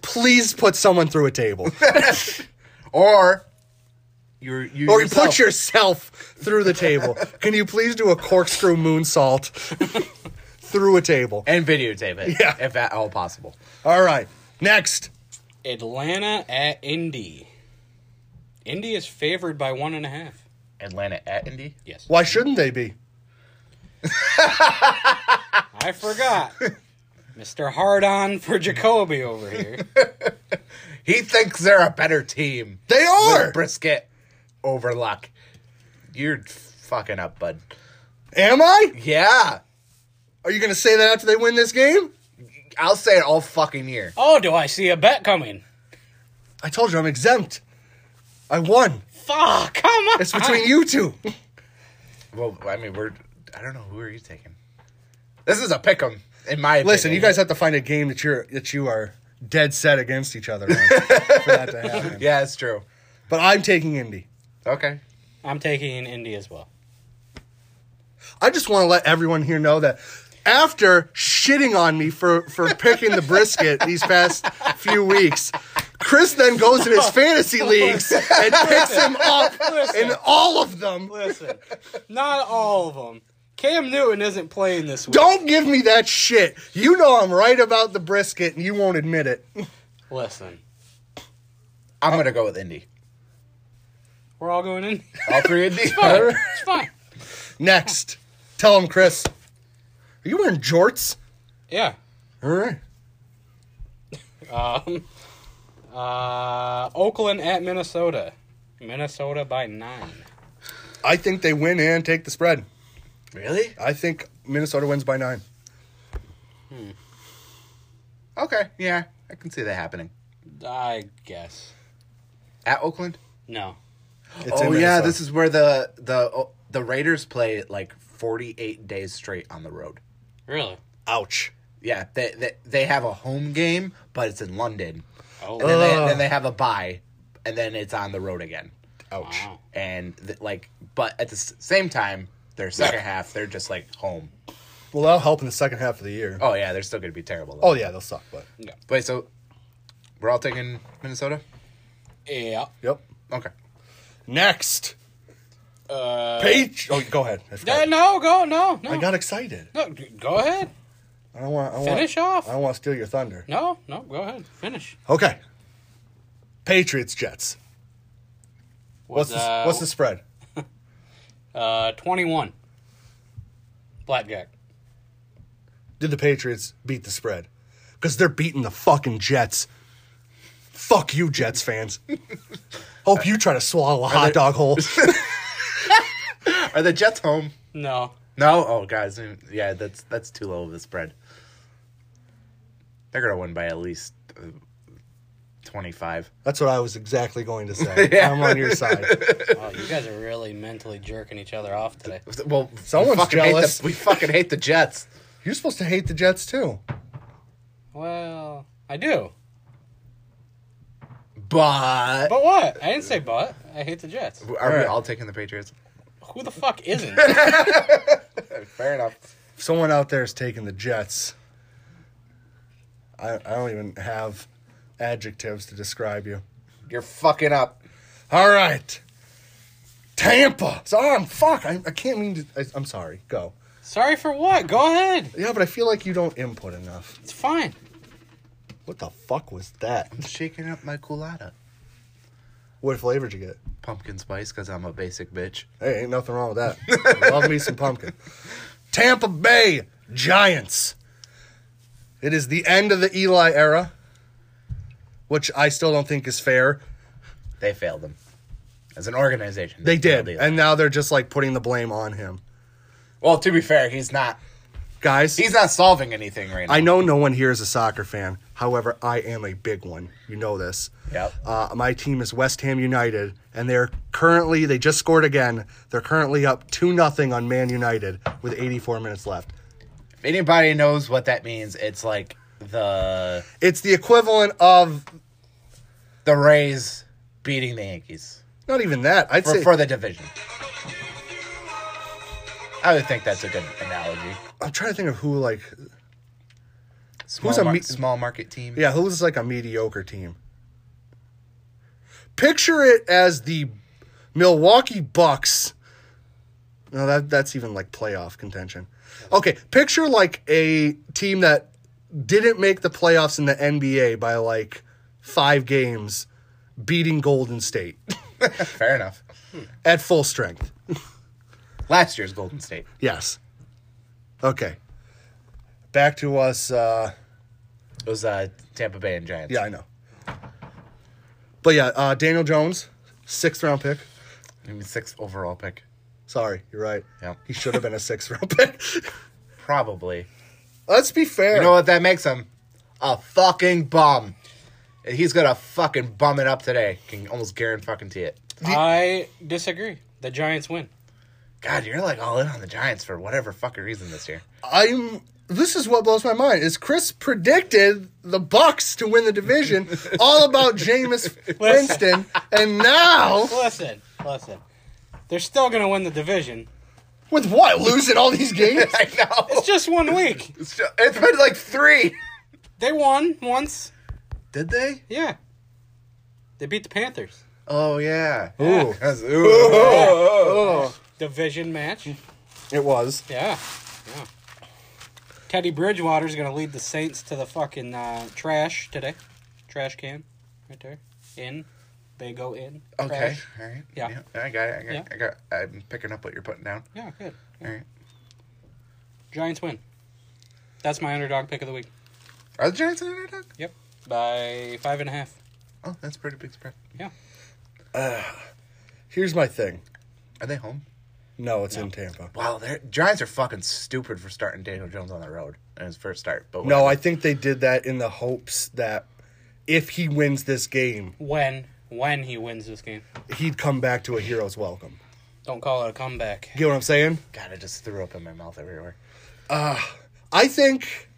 Speaker 1: Please put someone through a table,
Speaker 2: Or you're you
Speaker 1: or
Speaker 2: yourself.
Speaker 1: put yourself through the table. Can you please do a corkscrew moonsault through a table?
Speaker 2: and videotape it.
Speaker 1: Yeah.
Speaker 2: If at all possible.
Speaker 1: All right, next.
Speaker 3: Atlanta at Indy. Indy is favored by one and a half.
Speaker 2: Atlanta at Indy?
Speaker 3: Yes.
Speaker 1: Why shouldn't they be?
Speaker 3: I forgot. Mr. Hard on for Jacoby over here.
Speaker 2: He thinks they're a better team.
Speaker 1: They
Speaker 2: With
Speaker 1: are.
Speaker 2: brisket over luck. You're fucking up, bud.
Speaker 1: Am I?
Speaker 2: Yeah.
Speaker 1: Are you going to say that after they win this game?
Speaker 2: I'll say it all fucking year.
Speaker 3: Oh, do I see a bet coming?
Speaker 1: I told you I'm exempt. I won.
Speaker 3: Fuck, come on.
Speaker 1: It's between you two.
Speaker 2: Well, I mean, we're. I don't know who are you taking. This is a pick 'em, in my opinion.
Speaker 1: Listen, you guys have to find a game that you're that you are dead set against each other on for that to happen.
Speaker 2: Yeah, it's true.
Speaker 1: But I'm taking Indy.
Speaker 2: Okay.
Speaker 3: I'm taking Indy as well.
Speaker 1: I just want to let everyone here know that after shitting on me for for picking the brisket these past few weeks, Chris then goes in his fantasy leagues and picks him up in all of them.
Speaker 3: Listen, not all of them. Cam Newton isn't playing this week.
Speaker 1: Don't give me that shit. You know I'm right about the brisket and you won't admit it.
Speaker 3: Listen,
Speaker 2: I'm going to go with Indy.
Speaker 3: we're all going in.
Speaker 2: All three Indy.
Speaker 3: it's fine.
Speaker 1: Next. Tell him, Chris. Are you wearing jorts?
Speaker 3: Yeah.
Speaker 1: All right.
Speaker 3: Um, uh, Oakland at Minnesota. Minnesota by nine.
Speaker 1: I think they win and take the spread.
Speaker 2: really?
Speaker 1: I think Minnesota wins by nine.
Speaker 2: Okay. Yeah, I can see that happening.
Speaker 3: I guess.
Speaker 2: At Oakland?
Speaker 3: No.
Speaker 1: It's
Speaker 2: oh
Speaker 1: in
Speaker 2: yeah,
Speaker 1: Minnesota.
Speaker 2: this is where the the oh, the Raiders play like 48 days straight on the road.
Speaker 3: Really?
Speaker 1: ouch.
Speaker 2: Yeah, they they, they have a home game, but it's in London.
Speaker 3: Oh,
Speaker 2: And then, they,
Speaker 1: Ugh.
Speaker 2: then they have a bye, and then it's on the road again.
Speaker 1: Ouch.
Speaker 3: wow.
Speaker 2: And th- like, but at the s- same time, their second half, they're just like home.
Speaker 1: Well, that'll help in the second half of the year.
Speaker 2: Oh yeah, they're still gonna be terrible. Though.
Speaker 1: Oh yeah, they'll suck, but
Speaker 3: Yeah.
Speaker 2: wait, so we're all taking Minnesota.
Speaker 3: Yeah.
Speaker 1: yep.
Speaker 2: Okay.
Speaker 1: Next.
Speaker 3: Uh,
Speaker 1: Page. Oh, go ahead. I, forgot.
Speaker 3: no, no, go, no, no.
Speaker 1: I got excited.
Speaker 3: no, g- go ahead.
Speaker 1: I don't want. I want-
Speaker 3: Finish off.
Speaker 1: I don't want to steal your thunder.
Speaker 3: No, no, go ahead. Finish.
Speaker 1: Okay. Patriots Jets. What's
Speaker 3: Was,
Speaker 1: the,
Speaker 3: uh,
Speaker 1: what's the spread?
Speaker 3: Uh, 21. Blackjack.
Speaker 1: Did the Patriots beat the spread? Because they're beating the fucking Jets. Fuck you, Jets fans. Hope you try to swallow a hot dog whole.
Speaker 2: Are the Jets home?
Speaker 3: No.
Speaker 2: No. Oh guys, mm, yeah, that's that's too low of a spread. They're gonna win by at least uh, twenty-five.
Speaker 1: That's what I was exactly going to say. I'm on your side.
Speaker 3: Wow, Oh, you guys are really mentally jerking each other off today.
Speaker 2: Well,
Speaker 1: Someone's
Speaker 2: we fucking hate
Speaker 1: jealous.
Speaker 2: The, we fucking hate the Jets.
Speaker 1: You're supposed to hate the Jets too.
Speaker 3: Well, I do.
Speaker 2: But,
Speaker 3: But what? I didn't say but. I hate the Jets.
Speaker 2: are we all taking the Patriots?
Speaker 3: Who the fuck isn't?
Speaker 2: Fair enough.
Speaker 1: If someone out there is taking the Jets, I, I don't even have adjectives to describe you.
Speaker 2: You're fucking up.
Speaker 1: All right. Tampa. So I'm fuck. I, I can't mean to. I, I'm sorry. Go.
Speaker 3: Sorry for what? Go ahead.
Speaker 1: Yeah, but I feel like you don't input enough.
Speaker 3: It's fine.
Speaker 1: What the fuck was that?
Speaker 2: Shaking up my culotta.
Speaker 1: What flavor did you get?
Speaker 2: Pumpkin spice, because I'm a basic bitch.
Speaker 1: Hey, ain't nothing wrong with that. Love me some pumpkin. Tampa Bay Giants. It is the end of the Eli era, which I still don't think is fair.
Speaker 2: They failed them. As an organization.
Speaker 1: They did.
Speaker 2: failed Eli.
Speaker 1: And now they're just like putting the blame on him.
Speaker 2: well, to be fair, he's not.
Speaker 1: Guys,
Speaker 2: He's not solving anything right now.
Speaker 1: I know no one here is a soccer fan. However, I am a big one. You know this.
Speaker 2: Yep.
Speaker 1: Uh, my team is West Ham United, and they're currently, they just scored again. They're currently up 2 0 on Man United with 84 minutes left.
Speaker 2: If anybody knows what that means, it's like the
Speaker 1: It's the equivalent of
Speaker 2: the Rays beating the Yankees
Speaker 1: Not even that. I'd
Speaker 2: for,
Speaker 1: say
Speaker 2: for the division. I would think that's a good analogy.
Speaker 1: I'm trying to think of who like
Speaker 2: Small,
Speaker 1: a
Speaker 2: mar-
Speaker 1: me-
Speaker 2: small market team?
Speaker 1: yeah, who's like a mediocre team. Picture it as the Milwaukee Bucks. No, that that's even like playoff contention. Okay, picture like a team that didn't make the playoffs in the NBA by like 5 games beating Golden State
Speaker 2: Fair enough.
Speaker 1: at full strength.
Speaker 2: Last year's Golden State.
Speaker 1: Yes. Okay. Back to us uh
Speaker 2: It was uh, Tampa Bay and Giants.
Speaker 1: Yeah, I know. But yeah, uh, Daniel Jones, sixth round pick.
Speaker 2: I mean, sixth overall pick.
Speaker 1: Sorry, you're right.
Speaker 2: Yeah.
Speaker 1: He should have been a sixth round pick.
Speaker 2: Probably.
Speaker 1: Let's be fair.
Speaker 2: You know what that makes him? A fucking bum. He's gonna fucking bum it up today. Can almost guarantee fucking to it.
Speaker 3: I disagree. The Giants win.
Speaker 2: God, you're like all in on the Giants for whatever fucking reason this year.
Speaker 1: I'm. This is what blows my mind is Chris predicted the Bucks to win the division, all about Jameis Winston, and now
Speaker 3: Listen, listen. They're still gonna win the division.
Speaker 1: with what losing all these games?
Speaker 2: I know.
Speaker 1: Oh.
Speaker 3: It's just one week.
Speaker 2: It's, ju- it's been like three.
Speaker 3: They won once.
Speaker 2: Did they?
Speaker 3: Yeah. They beat the Panthers.
Speaker 2: Oh yeah.
Speaker 3: Yeah.
Speaker 2: That's- ooh.
Speaker 3: Division match.
Speaker 1: It was.
Speaker 3: Yeah. Yeah. Teddy Bridgewater's gonna lead the Saints to the fucking uh, trash today. Trash can. Right there. In. They go in.
Speaker 2: Okay.
Speaker 3: Trash.
Speaker 2: All right.
Speaker 3: Yeah.
Speaker 2: I got it. I got,
Speaker 3: Yeah.
Speaker 2: I got. I'm picking up what you're putting down.
Speaker 3: Yeah, good.
Speaker 2: All right.
Speaker 3: Giants win. That's my underdog pick of the week.
Speaker 2: Are the Giants an underdog?
Speaker 3: Yep. By five and a half.
Speaker 2: Oh, that's a pretty big spread.
Speaker 3: Yeah.
Speaker 1: Here's my thing.
Speaker 2: Are they home?
Speaker 1: No, it's in Tampa.
Speaker 2: Wow, they're Giants are fucking stupid for starting Daniel Jones on the road in his first start. But
Speaker 1: No, I think they did that in the hopes that if he wins this game,
Speaker 3: When when he wins this game.
Speaker 1: he'd come back to a hero's welcome.
Speaker 3: Don't call it a comeback.
Speaker 1: Get what I'm saying?
Speaker 2: God, I just threw up in my mouth everywhere.
Speaker 1: I think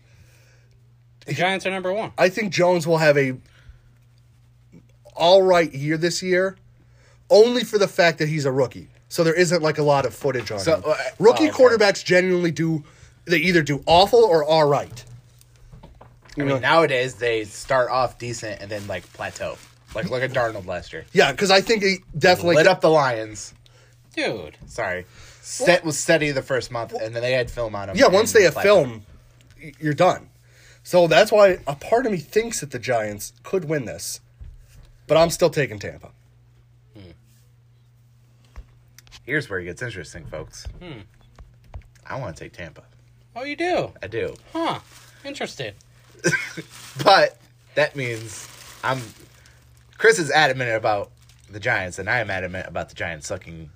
Speaker 3: The Giants are number one.
Speaker 1: I think Jones will have a all right year this year, only for the fact that he's a rookie. So there isn't like a lot of footage on
Speaker 2: So,
Speaker 1: him.
Speaker 2: uh,
Speaker 1: rookie
Speaker 2: oh, okay.
Speaker 1: quarterbacks genuinely do they either do awful or all right.
Speaker 2: I mean, nowadays they start off decent and then like plateau. Like look at Darnold last year.
Speaker 1: Yeah, because I think he definitely
Speaker 2: Lit up the Lions.
Speaker 3: Dude.
Speaker 2: Sorry, set was steady the first month, and then they had film on him.
Speaker 1: Yeah, once
Speaker 2: and
Speaker 1: they have
Speaker 2: plateaued.
Speaker 1: film, y- you're done. So that's why a part of me thinks that the Giants could win this, but I'm still taking Tampa.
Speaker 2: Here's where it gets interesting, folks.
Speaker 1: Hmm.
Speaker 2: I want to take Tampa.
Speaker 3: Oh you do?
Speaker 2: I do,
Speaker 3: Huh. Interested.
Speaker 2: but that means I'm. Chris is adamant about the Giants, and I am adamant about the Giants sucking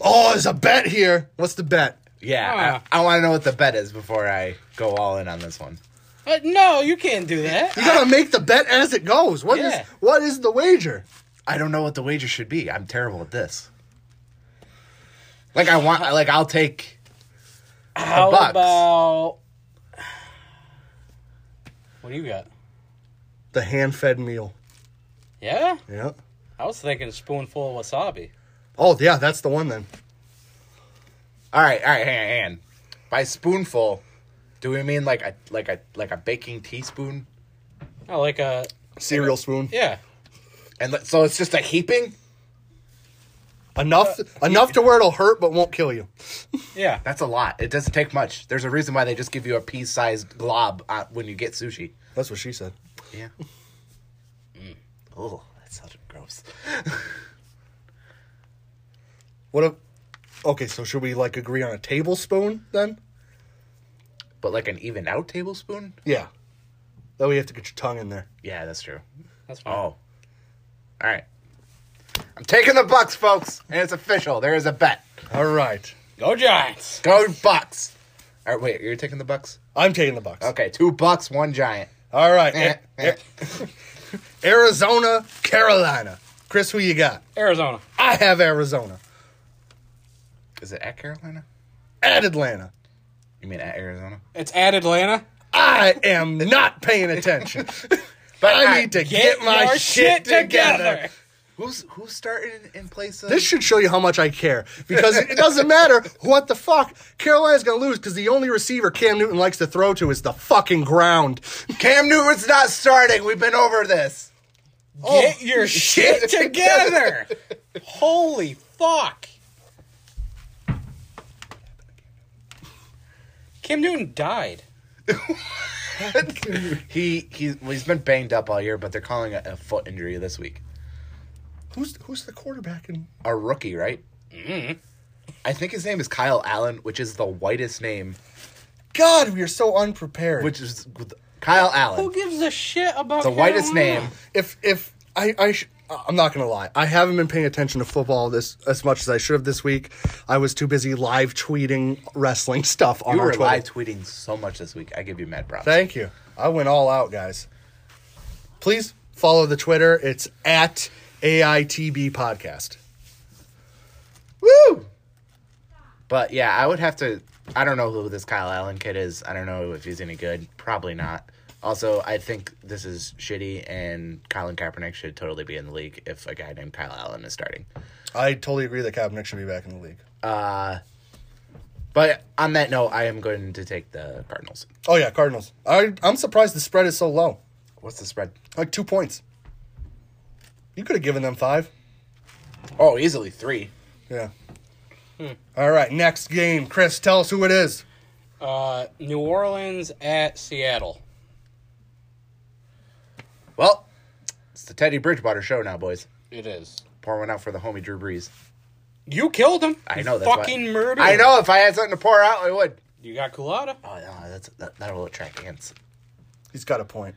Speaker 1: Oh, there's a bet here. What's the bet?
Speaker 2: Yeah, I, I want to know what the bet is before I go all in on this one.
Speaker 3: But no, you can't do that.
Speaker 1: You gotta make the bet as it goes. What is
Speaker 3: Yeah.
Speaker 1: what is the wager?
Speaker 2: I don't know what the wager should be. I'm terrible at this. Like I want, like I'll take.
Speaker 3: How
Speaker 2: Bucks.
Speaker 3: about what do you got?
Speaker 1: The hand-fed meal.
Speaker 3: Yeah?
Speaker 1: Yeah.
Speaker 3: I was thinking spoonful of wasabi.
Speaker 1: Oh yeah, that's the one then.
Speaker 2: All right, all right, hang on, hang on. By spoonful, do we mean like a like a like a baking teaspoon?
Speaker 3: Oh, like a
Speaker 1: Cereal spoon.
Speaker 3: yeah.
Speaker 2: And let- so it's just a heaping. Uh,
Speaker 1: Enough enough to where it'll hurt but won't kill you.
Speaker 3: Yeah.
Speaker 2: That's a lot. It doesn't take much. There's a reason why they just give you a pea-sized glob uh, when you get sushi.
Speaker 1: That's what she said.
Speaker 2: Yeah. Oh, that sounded gross.
Speaker 1: What if Okay, so should we like agree on a tablespoon then?
Speaker 2: But like an even out tablespoon?
Speaker 1: Yeah. That way you have to get your tongue in there.
Speaker 2: Yeah, that's true.
Speaker 3: That's fine.
Speaker 2: Oh. All right. I'm taking the Bucks, folks, and it's official. There is a bet.
Speaker 1: All right.
Speaker 3: Go Giants.
Speaker 2: Go Bucks. All right, wait, you're taking the Bucks?
Speaker 1: I'm taking the Bucks.
Speaker 2: Okay, two Bucks, one Giant.
Speaker 1: All right.
Speaker 2: Eh, eh.
Speaker 1: Arizona, Carolina. Chris, who you got?
Speaker 3: Arizona.
Speaker 1: I have Arizona.
Speaker 2: Is it at Carolina?
Speaker 1: At Atlanta.
Speaker 2: You mean at Arizona?
Speaker 3: It's at Atlanta.
Speaker 1: I am not paying attention.
Speaker 2: But
Speaker 1: I need to get, my
Speaker 3: your
Speaker 1: shit together.
Speaker 2: Who's who's starting in place of
Speaker 1: This should show you how much I care because it doesn't matter what the fuck. Carolina's going to lose because the only receiver Cam Newton likes to throw to is the fucking ground.
Speaker 2: Cam Newton's not starting. We've been over this.
Speaker 3: Get your shit together. Holy fuck. Cam Newton died.
Speaker 2: He he well, he's been banged up all year, but they're calling it a foot injury this week.
Speaker 1: Who's who's the quarterback in
Speaker 2: a rookie, right?
Speaker 1: Mm-hmm.
Speaker 2: I think his name is Kyle Allen, which is the whitest name.
Speaker 1: God, we are so unprepared.
Speaker 2: Which is Kyle
Speaker 3: Who
Speaker 2: Allen,
Speaker 3: gives a shit about
Speaker 2: the whitest
Speaker 3: Carolina?
Speaker 2: name.
Speaker 1: if if I I sh- uh, I'm not gonna lie, I haven't been paying attention to football this as much as I should have this week. I was too busy live tweeting wrestling stuff on
Speaker 2: You
Speaker 1: our
Speaker 2: were
Speaker 1: Twitter.
Speaker 2: live tweeting so much this week. I give you mad props.
Speaker 1: Thank you. I went all out, guys. please follow the Twitter. It's at AITB Podcast.
Speaker 2: Woo! But yeah, I would have to. I don't know who this Kyle Allen kid is. I don't know if he's any good. Probably not. Also, I think this is shitty, and Colin Kaepernick should totally be in the league if a guy named Kyle Allen is starting.
Speaker 1: I totally agree that Kaepernick should be back in the league.
Speaker 2: But on that note, I am going to take the Cardinals.
Speaker 1: Oh yeah, Cardinals. I I'm surprised the spread is so low,
Speaker 2: What's the spread?
Speaker 1: like two points. You could have given them five.
Speaker 2: Oh, easily three.
Speaker 1: Yeah. All right, next game, Chris. Tell us who it is.
Speaker 3: Uh, New Orleans at Seattle.
Speaker 2: Well, it's the Teddy Bridgewater show now, boys.
Speaker 3: It is.
Speaker 2: Pour one out for the homie Drew Brees.
Speaker 3: You killed him.
Speaker 2: I
Speaker 3: You
Speaker 2: know that's why-
Speaker 3: fucking murder.
Speaker 2: I know if I had something to pour out, I would.
Speaker 3: You got culotta.
Speaker 2: Oh, no, that's that, that'll attract ants.
Speaker 1: He's got a point.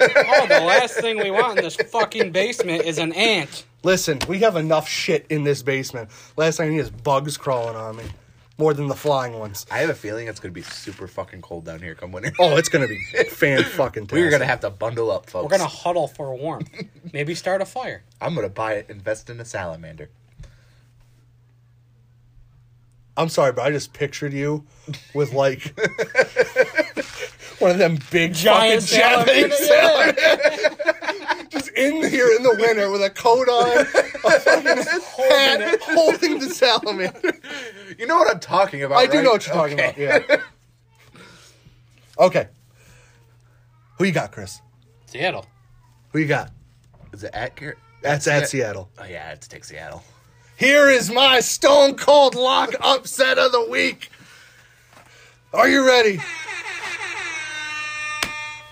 Speaker 3: Oh, the last thing we want in this fucking basement is an ant.
Speaker 1: Listen, we have enough shit in this basement. Last thing I need is bugs crawling on me, more than the flying ones.
Speaker 2: I have a feeling it's going to be super fucking cold down here come winter.
Speaker 1: Oh, it's gonna be fan fucking.
Speaker 2: We're going to have to bundle up, folks.
Speaker 3: We're gonna huddle for warmth. Maybe start a fire.
Speaker 2: I'm going to buy it, invest in a salamander.
Speaker 1: I'm sorry, but I just pictured you with like one of them big
Speaker 3: Giant
Speaker 1: fucking Japanese
Speaker 3: salamander,
Speaker 1: salamander. just in here in the winter with a coat on, a fucking hat, holding the salamander.
Speaker 2: You know what I'm talking about,
Speaker 1: I do
Speaker 2: right?
Speaker 1: know what you're talking
Speaker 2: Okay.
Speaker 1: about. Yeah. Okay. Who you got, Chris?
Speaker 3: Seattle.
Speaker 1: Who you got?
Speaker 2: Is it accurate?
Speaker 1: That's at Seattle.
Speaker 2: Oh, yeah, it's take Seattle.
Speaker 1: Here is my Stone Cold Lock upset of the week. Are you ready?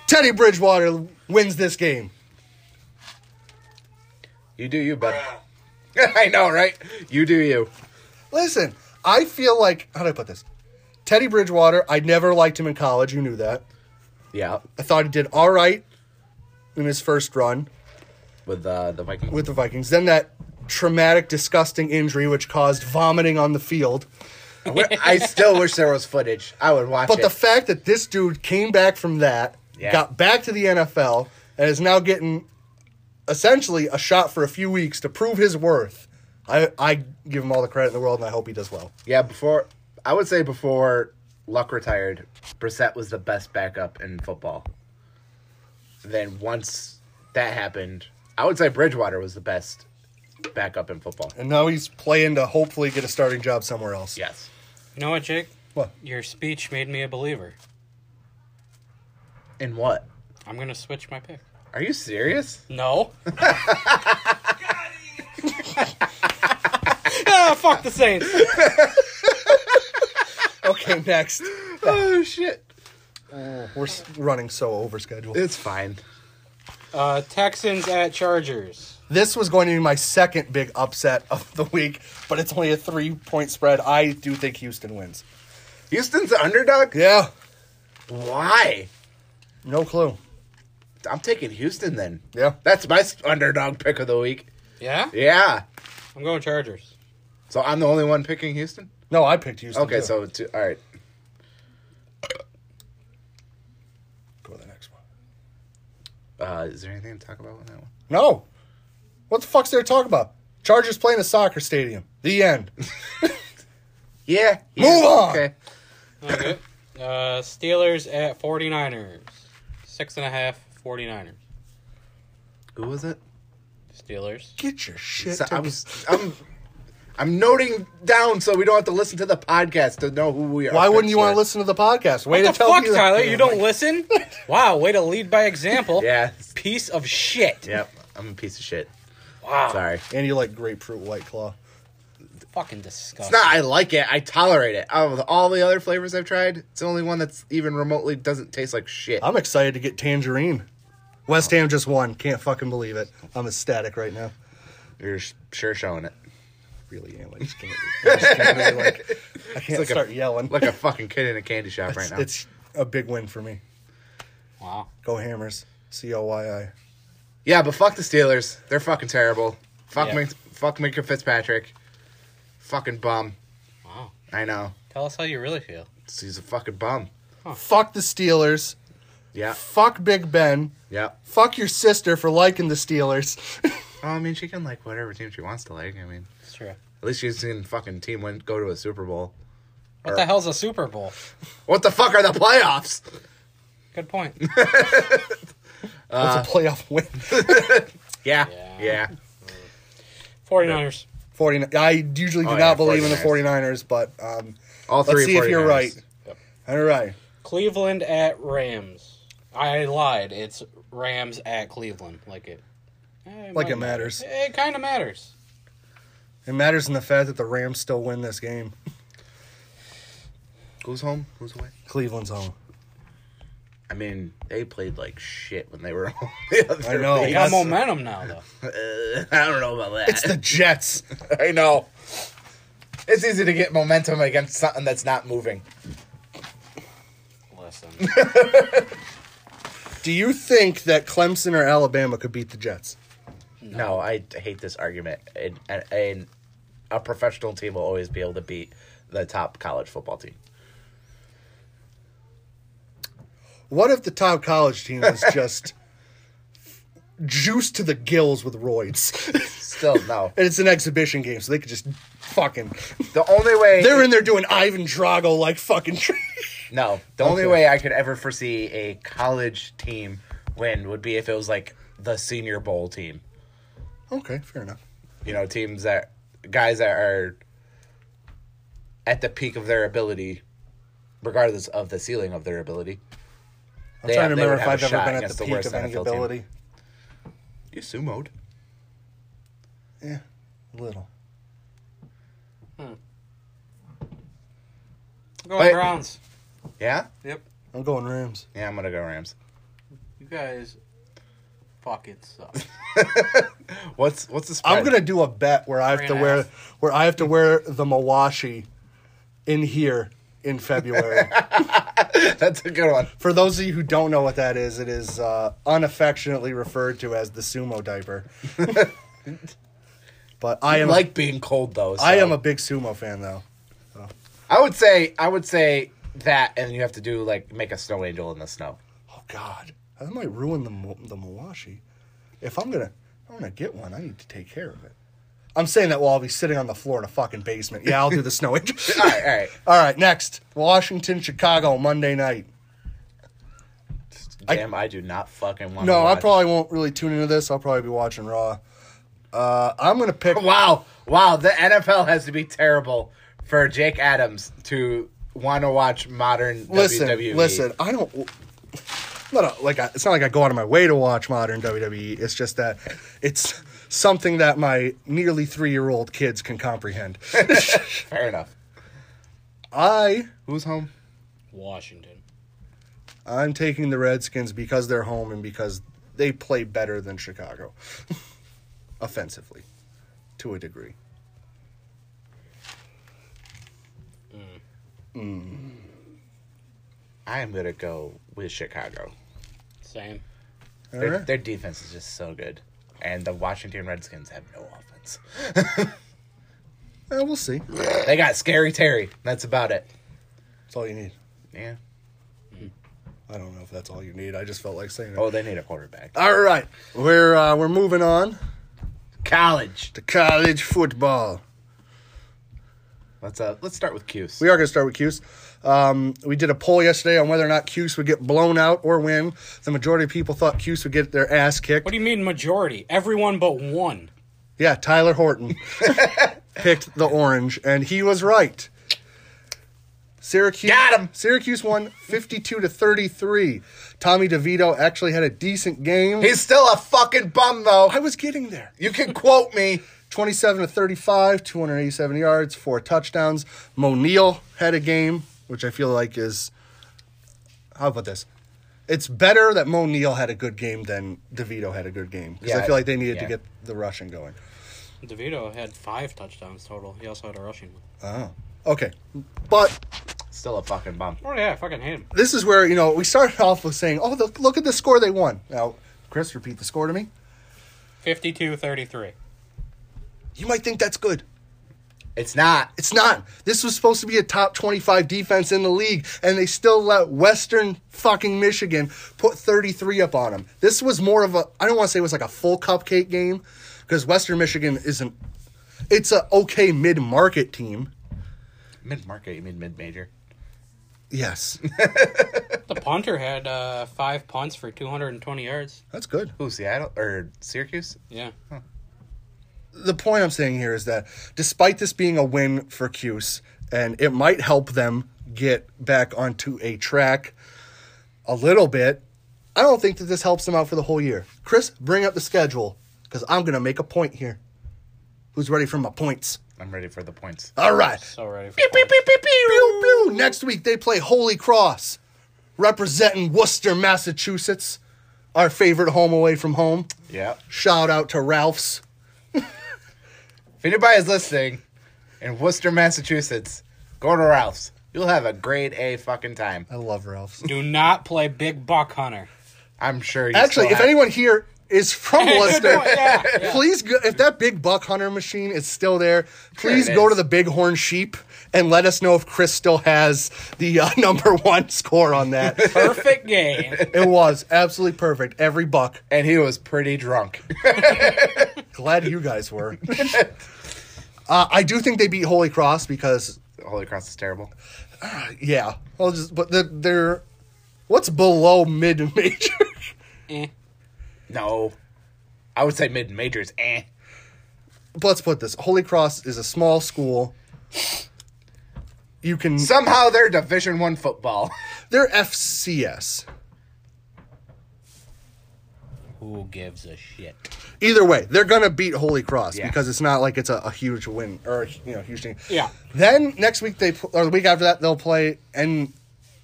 Speaker 1: Teddy Bridgewater wins this game.
Speaker 2: You do you, bud. I know, right? You do you.
Speaker 1: Listen, I feel like how do I put this? Teddy Bridgewater, I never liked him in college. You knew that.
Speaker 2: Yeah,
Speaker 1: I thought he did all right in his first run
Speaker 2: with uh, the Vikings.
Speaker 1: with the Vikings. Then that traumatic, disgusting injury which caused vomiting on the field.
Speaker 2: I still wish there was footage. I would watch
Speaker 1: But
Speaker 2: it.
Speaker 1: the fact that this dude came back from that,
Speaker 2: Yeah.
Speaker 1: got back to the NFL, and is now getting essentially a shot for a few weeks to prove his worth, I, I give him all the credit in the world, and I hope he does well.
Speaker 2: yeah, before I would say before Luck retired, Brissett was the best backup in football. Then once that happened, I would say Bridgewater was the best backup in football.
Speaker 1: And now he's playing to hopefully get a starting job somewhere else.
Speaker 2: Yes.
Speaker 3: You know what, Jake?
Speaker 1: What?
Speaker 3: Your speech made me a believer.
Speaker 2: In what?
Speaker 3: I'm gonna switch my pick.
Speaker 2: Are you serious?
Speaker 3: No. ah, fuck the Saints.
Speaker 1: Okay, next.
Speaker 2: Oh shit!
Speaker 1: We're s- running so over schedule.
Speaker 2: It's fine.
Speaker 3: Uh, Texans at Chargers.
Speaker 1: This was going to be my second big upset of the week, but it's only a three point spread. I do think Houston wins.
Speaker 2: Houston's the underdog.
Speaker 1: Yeah,
Speaker 2: Why?
Speaker 1: no clue.
Speaker 2: I'm taking Houston then.
Speaker 1: Yeah.
Speaker 2: That's my s- underdog pick of the week.
Speaker 3: Yeah,
Speaker 2: Yeah.
Speaker 3: I'm going Chargers.
Speaker 2: So I'm the only one picking Houston.
Speaker 1: No, I picked Houston.
Speaker 2: Okay,
Speaker 1: too.
Speaker 2: so two, all right.
Speaker 1: go to the next one.
Speaker 2: Uh, is there anything to talk about with that one?
Speaker 1: No. What the fuck's there to talk about? Chargers playing a soccer stadium. The end.
Speaker 2: Yeah.
Speaker 1: Move on!
Speaker 2: Okay.
Speaker 3: Okay. Uh, Steelers at 49ers. Six and a half 49ers.
Speaker 2: Who was it?
Speaker 3: Steelers.
Speaker 1: Get your shit.
Speaker 2: So I
Speaker 1: toge-
Speaker 2: was. I'm. I'm noting down so we don't have to listen to the podcast to know who we are.
Speaker 1: Why wouldn't you want to
Speaker 2: Picks
Speaker 1: listen to the podcast? Way
Speaker 3: What the
Speaker 1: to tell
Speaker 3: fuck,
Speaker 1: me that-
Speaker 3: Tyler? You don't listen? Wow, way to lead by example.
Speaker 2: were. Yeah.
Speaker 3: Piece of shit.
Speaker 2: Yep. I'm a piece of shit.
Speaker 3: Wow.
Speaker 2: Sorry.
Speaker 1: And you like grapefruit white claw.
Speaker 3: Fucking disgusting.
Speaker 2: It's not. I like it. I tolerate it. Out of all the other flavors I've tried, it's the only one that's even remotely doesn't taste like shit.
Speaker 1: I'm excited to get tangerine. West Ham just won. Can't fucking believe it. I'm ecstatic right now.
Speaker 2: You're sh- sure showing it.
Speaker 1: Really am. I just can't. I, just can't really, like, I can't
Speaker 2: like a-
Speaker 1: start yelling.
Speaker 2: Like a fucking kid in a candy shop
Speaker 1: it's,
Speaker 2: right now.
Speaker 1: it's a big win for me.
Speaker 3: Wow.
Speaker 1: Go Hammers. C O Y I.
Speaker 2: Yeah, but fuck the Steelers. They're fucking terrible. Fuck
Speaker 3: Yeah.
Speaker 2: Mink, fuck Minka Fitzpatrick. Fucking bum.
Speaker 3: Wow.
Speaker 2: I know.
Speaker 3: Tell us how you really feel.
Speaker 2: He's a fucking bum.
Speaker 1: Fuck the Steelers.
Speaker 2: Yeah.
Speaker 1: Fuck Big Ben.
Speaker 2: Yeah.
Speaker 1: Fuck your sister for liking the Steelers.
Speaker 2: Oh, I mean, she can like whatever team she wants to like. I mean,
Speaker 3: That's true.
Speaker 2: at least she's seen fucking team win, go to a Super Bowl.
Speaker 3: What the hell's a Super Bowl?
Speaker 2: What the fuck are the playoffs?
Speaker 3: Good point.
Speaker 2: Uh,
Speaker 1: That's a playoff win.
Speaker 2: Yeah.
Speaker 3: Yeah.
Speaker 2: Yeah.
Speaker 3: 49ers.
Speaker 1: 49. I usually do
Speaker 2: Oh,
Speaker 1: not
Speaker 2: yeah,
Speaker 1: believe in the
Speaker 2: 49ers.
Speaker 1: 49ers, but um,
Speaker 2: All
Speaker 1: Let's
Speaker 2: three.
Speaker 1: see if you're
Speaker 2: 49ers.
Speaker 1: right. all right.
Speaker 3: Cleveland at Rams. I lied. It's Rams at Cleveland. Like it. eh,
Speaker 1: Like it
Speaker 3: might-
Speaker 1: matters.
Speaker 3: It kind of matters.
Speaker 1: It matters in the fact that the Rams still win this game.
Speaker 2: Who's home? Who's away?
Speaker 1: Cleveland's home.
Speaker 2: I mean, they played like shit when they were home. the other
Speaker 1: I know.
Speaker 3: They
Speaker 2: week.
Speaker 3: got
Speaker 1: Yes.
Speaker 3: momentum now, though.
Speaker 2: Uh, I don't know about that.
Speaker 1: It's the Jets.
Speaker 2: I know. It's easy to get momentum against something that's not moving.
Speaker 3: Listen,
Speaker 1: Do you think that Clemson or Alabama could beat the Jets?
Speaker 2: No, I d- hate this argument. And, and, and a professional team will always be able to beat the top college football team.
Speaker 1: What if the top college team is just juiced to the gills with roids?
Speaker 2: Still, no.
Speaker 1: and it's an exhibition game, so they could just fucking.
Speaker 2: the only way
Speaker 1: They're in there doing Ivan Drago like fucking.
Speaker 2: No, the only way I could ever foresee a college team win would be if it was like the Senior Bowl team.
Speaker 1: okay, fair enough.
Speaker 2: You know, teams that guys that are at the peak of their ability, regardless of the ceiling of their ability.
Speaker 1: I'm trying to remember if I've ever been at the peak of any ability.
Speaker 2: You sumoed.
Speaker 1: Yeah, a little.
Speaker 3: I'm going
Speaker 2: Wait.
Speaker 3: Browns.
Speaker 2: Yeah,
Speaker 3: Yep.
Speaker 1: I'm going Rams.
Speaker 2: yeah. I'm gonna go Rams.
Speaker 3: You guys fucking suck.
Speaker 2: What's what's the spread?
Speaker 1: I'm gonna do a bet where I have
Speaker 3: Three
Speaker 1: to
Speaker 3: and a
Speaker 1: wear where I have to wear the Mawashi in here in February.
Speaker 2: That's a good one.
Speaker 1: For those of you who don't know what that is, it is uh, unaffectionately referred to as the sumo diaper. but I
Speaker 2: I
Speaker 1: am
Speaker 2: like being cold though.
Speaker 1: I
Speaker 2: so-
Speaker 1: am a big sumo fan though.
Speaker 2: I would say I would say that, and you have to do like make a snow angel in the snow.
Speaker 1: Oh God, that might ruin the mo- the Mawashi. If I'm gonna, I'm gonna get one. I need to take care of it. I'm saying that while I'll be sitting on the floor in a fucking basement. Yeah, I'll do the snow angel.
Speaker 2: All right, all right.
Speaker 1: All right, next Washington, Chicago, Monday night.
Speaker 2: Damn, I, do not fucking want.
Speaker 1: No,
Speaker 2: to
Speaker 1: I
Speaker 2: watch.
Speaker 1: probably won't really tune into this. I'll probably be watching Raw. Uh, I'm gonna pick.
Speaker 2: Wow, wow. The NFL has to be terrible for Jake Adams to want to watch modern E.
Speaker 1: Listen,
Speaker 2: WWE.
Speaker 1: listen. I don't. Not a, like I, it's not like I go out of my way to watch modern WWE. It's just that it's something that my nearly three year old kids can comprehend.
Speaker 2: Fair enough.
Speaker 1: I
Speaker 2: Who's home?
Speaker 3: Washington.
Speaker 1: I'm taking the Redskins because they're home and because they play better than Chicago, offensively, to a degree.
Speaker 2: I am gonna go with Chicago.
Speaker 3: Same.
Speaker 1: All
Speaker 2: Their,
Speaker 1: right.
Speaker 2: their defense is just so good, and the Washington Redskins have no offense.
Speaker 1: Eh, we'll see. That's
Speaker 2: they got scary Terry. That's about it.
Speaker 1: all you need.
Speaker 2: Yeah.
Speaker 1: I don't know if that's all you need. I just felt like saying it.
Speaker 2: Oh, they need a quarterback.
Speaker 1: All right, we're uh, we're moving on
Speaker 2: College.
Speaker 1: to college football.
Speaker 2: Let's uh, let's start with Cuse.
Speaker 1: We are going to start with Cuse. Um, we did a poll yesterday on whether or not Cuse would get blown out or win. The majority of people thought Cuse would get their ass kicked.
Speaker 3: What do you mean majority? Everyone but one.
Speaker 1: Yeah, Tyler Horton picked the orange, and he was right. Syracuse
Speaker 2: Got him.
Speaker 1: Syracuse won fifty-two to thirty-three. Tommy DeVito actually had a decent game.
Speaker 2: He's still a fucking bum though.
Speaker 1: I was getting there.
Speaker 2: You can quote me.
Speaker 1: 27 to 35, 287 yards, four touchdowns. Moniel had a game, which I feel like is. How about this? It's better that Moniel had a good game than DeVito had a good game because I
Speaker 2: Yeah,
Speaker 1: feel like they needed to
Speaker 2: yeah.
Speaker 1: get the rushing going.
Speaker 3: DeVito had five touchdowns total. He also had a rushing one.
Speaker 1: Oh, okay, but
Speaker 2: Still a fucking bum.
Speaker 3: Oh yeah, I fucking hate him.
Speaker 1: this is where you know we started off with saying, "Oh, the, look at the score they won." Now, Chris, repeat the score to me.
Speaker 3: 52-33.
Speaker 1: You might think that's good.
Speaker 2: It's not.
Speaker 1: It's not. This was supposed to be a top 25 defense in the league, and they still let Western fucking Michigan put 33 up on them. This was more of a, I don't want to say it was like a full cupcake game, because Western Michigan isn't, it's a okay mid market team.
Speaker 2: Mid market, you mean mid major.
Speaker 1: Yes,
Speaker 3: The punter had uh, five punts for 220 yards.
Speaker 1: that's good.
Speaker 2: Who, Seattle or Syracuse?
Speaker 3: Yeah.
Speaker 1: the point I'm saying here is that despite this being a win for Cuse, and it might help them get back onto a track a little bit, I don't think that this helps them out for the whole year. Chris, bring up the schedule because I'm going to make a point here. Who's ready for my points?
Speaker 2: I'm ready for the points.
Speaker 1: All right.
Speaker 3: So ready for
Speaker 1: Pew, pew, pew, pew, pew. Next week they play Holy Cross, representing Worcester, Massachusetts, our favorite home away from home.
Speaker 2: Yeah.
Speaker 1: Shout out to Ralph's.
Speaker 2: If anybody is listening in Worcester, Massachusetts, go to Ralph's. You'll have a grade A fucking time.
Speaker 1: I love Ralph's.
Speaker 3: Do not play Big Buck Hunter.
Speaker 2: I'm sure. You
Speaker 1: Actually,
Speaker 2: still
Speaker 1: if
Speaker 2: have-
Speaker 1: anyone here is from Worcester,
Speaker 3: Yeah, yeah.
Speaker 1: please go, if that big buck hunter machine is still there, please
Speaker 2: it
Speaker 1: go
Speaker 2: is.
Speaker 1: to the Bighorn Sheep and let us know if Chris still has the uh, number one score on that.
Speaker 3: Perfect game.
Speaker 1: it was absolutely perfect. Every buck.
Speaker 2: and he was pretty drunk.
Speaker 1: Glad you guys were. Uh, I do think they beat Holy Cross because
Speaker 2: Holy Cross is terrible.
Speaker 1: yeah, I'll just but they're, they're what's below mid major.
Speaker 3: Eh.
Speaker 2: No, I would say mid majors. Eh.
Speaker 1: Let's put this: Holy Cross is a small school. You can
Speaker 2: Somehow they're Division One football.
Speaker 1: They're FCS.
Speaker 3: Who gives a shit?
Speaker 1: Either way, they're gonna beat Holy Cross
Speaker 2: Yeah.
Speaker 1: because it's not like it's a, a huge win or a, you know huge thing.
Speaker 3: Yeah.
Speaker 1: Then next week they pl- or the week after that they'll play and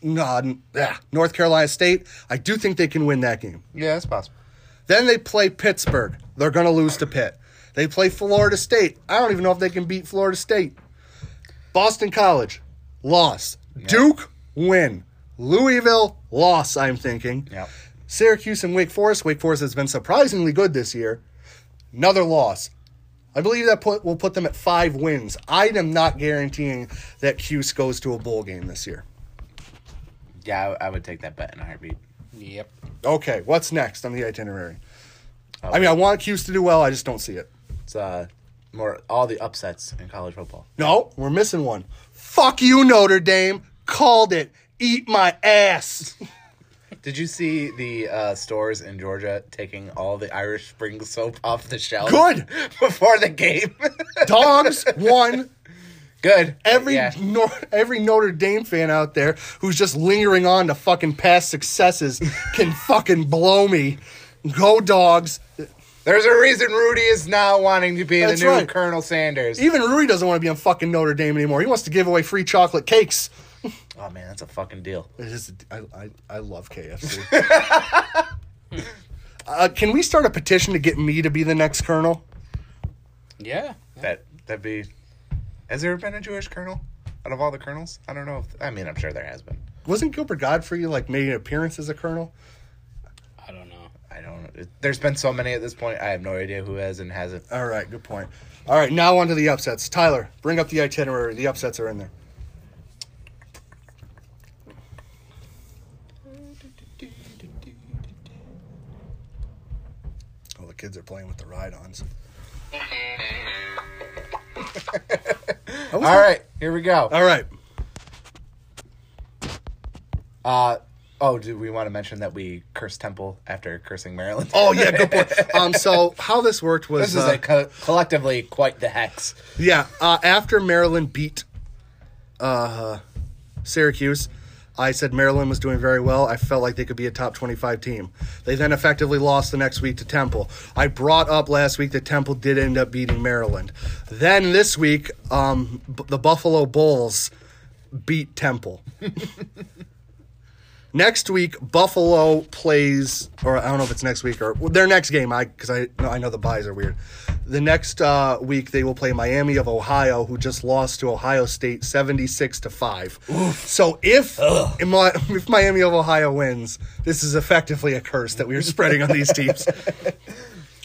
Speaker 1: North Carolina State. I do think they can win that game.
Speaker 2: yeah, that's possible.
Speaker 1: Then they play Pittsburgh. They're gonna lose to Pitt. They play Florida State. I don't even know if they can beat Florida State. Boston College, loss. Duke win. Louisville loss. I'm thinking.
Speaker 2: Yeah.
Speaker 1: Syracuse and Wake Forest. Wake Forest has been surprisingly good this year. Another loss. I believe that put, will put them at five wins. I am not guaranteeing that Cuse goes to a bowl game this year.
Speaker 2: Yeah, I, would- I would take that bet in a heartbeat.
Speaker 3: Yep.
Speaker 1: Okay, what's next on the itinerary? I mean, I want Cuse to do well. I just don't see it.
Speaker 2: It's uh, more all the upsets in college football.
Speaker 1: No, we're missing one. Fuck you, Notre Dame. Called it. Eat my ass.
Speaker 2: Did you see the uh, stores in Georgia taking all the Irish Spring soap off the shelf?
Speaker 1: Good.
Speaker 2: before the game.
Speaker 1: Dogs won
Speaker 2: Good.
Speaker 1: every
Speaker 2: Yeah.
Speaker 1: Nor- every Notre Dame fan out there who's just lingering on to fucking past successes can fucking blow me. Go dogs.
Speaker 2: There's a reason Rudy is now wanting to be
Speaker 1: That's
Speaker 2: the new
Speaker 1: right.
Speaker 2: Colonel Sanders.
Speaker 1: Even Rui doesn't want to be on fucking Notre Dame anymore. He wants to give away free chocolate cakes.
Speaker 2: oh man, that's a fucking deal.
Speaker 1: It is, I, I, I love KFC. uh, can we start a petition to get me to be the next colonel?
Speaker 3: Yeah.
Speaker 2: That that'd be. Has there been a Jewish Colonel out of all the Colonels? I don't know. If, I mean, I'm sure there has been.
Speaker 1: Wasn't Gilbert Godfrey like made an appearance as a colonel?
Speaker 3: I don't know.
Speaker 2: I don't. It, there's been so many at this point. I have no idea who has and hasn't.
Speaker 1: All right, good point. All right, now on to the upsets. Tyler, bring up the itinerary. The upsets are in there. Oh, the kids are playing with the ride-ons.
Speaker 2: All right, here we go.
Speaker 1: All right.
Speaker 2: Uh, oh, do we want to mention that we cursed Temple after cursing Maryland?
Speaker 1: Oh yeah, good point. Um, so how this worked was
Speaker 2: this is
Speaker 1: uh,
Speaker 2: like co- collectively quite the hex.
Speaker 1: Yeah, uh, after Maryland beat uh, Syracuse, I said Maryland was doing very well. I felt like they could be a top 25 team. They then effectively lost the next week to Temple. I brought up last week that Temple did end up beating Maryland. Then this week, um, b- the Buffalo Bulls beat Temple. next week, Buffalo plays, or I don't know if it's next week or well, their next game. I because I no, I know the buys are weird. The next uh, week they will play Miami of Ohio, who just lost to Ohio State seventy six to five. So if if Mi- if Miami of Ohio wins, this is effectively a curse that we are spreading on these teams.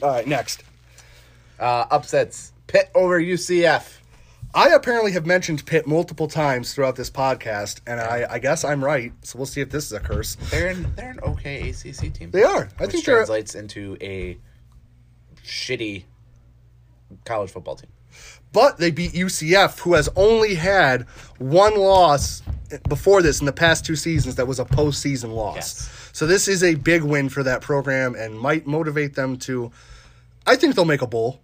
Speaker 1: All right, next.
Speaker 2: Uh, upsets Pitt over UCF.
Speaker 1: I apparently have mentioned Pitt multiple times throughout this podcast, and I, I guess I'm right. So we'll see if this is a curse.
Speaker 2: They're an, they're an okay ACC team.
Speaker 1: They are. I
Speaker 2: which
Speaker 1: think they're.
Speaker 2: translates into a shitty college football team.
Speaker 1: But they beat UCF, who has only had one loss before this in the past two seasons that was a postseason loss.
Speaker 2: Yes.
Speaker 1: So this is a big win for that program and might motivate them to. I think they'll make a bowl.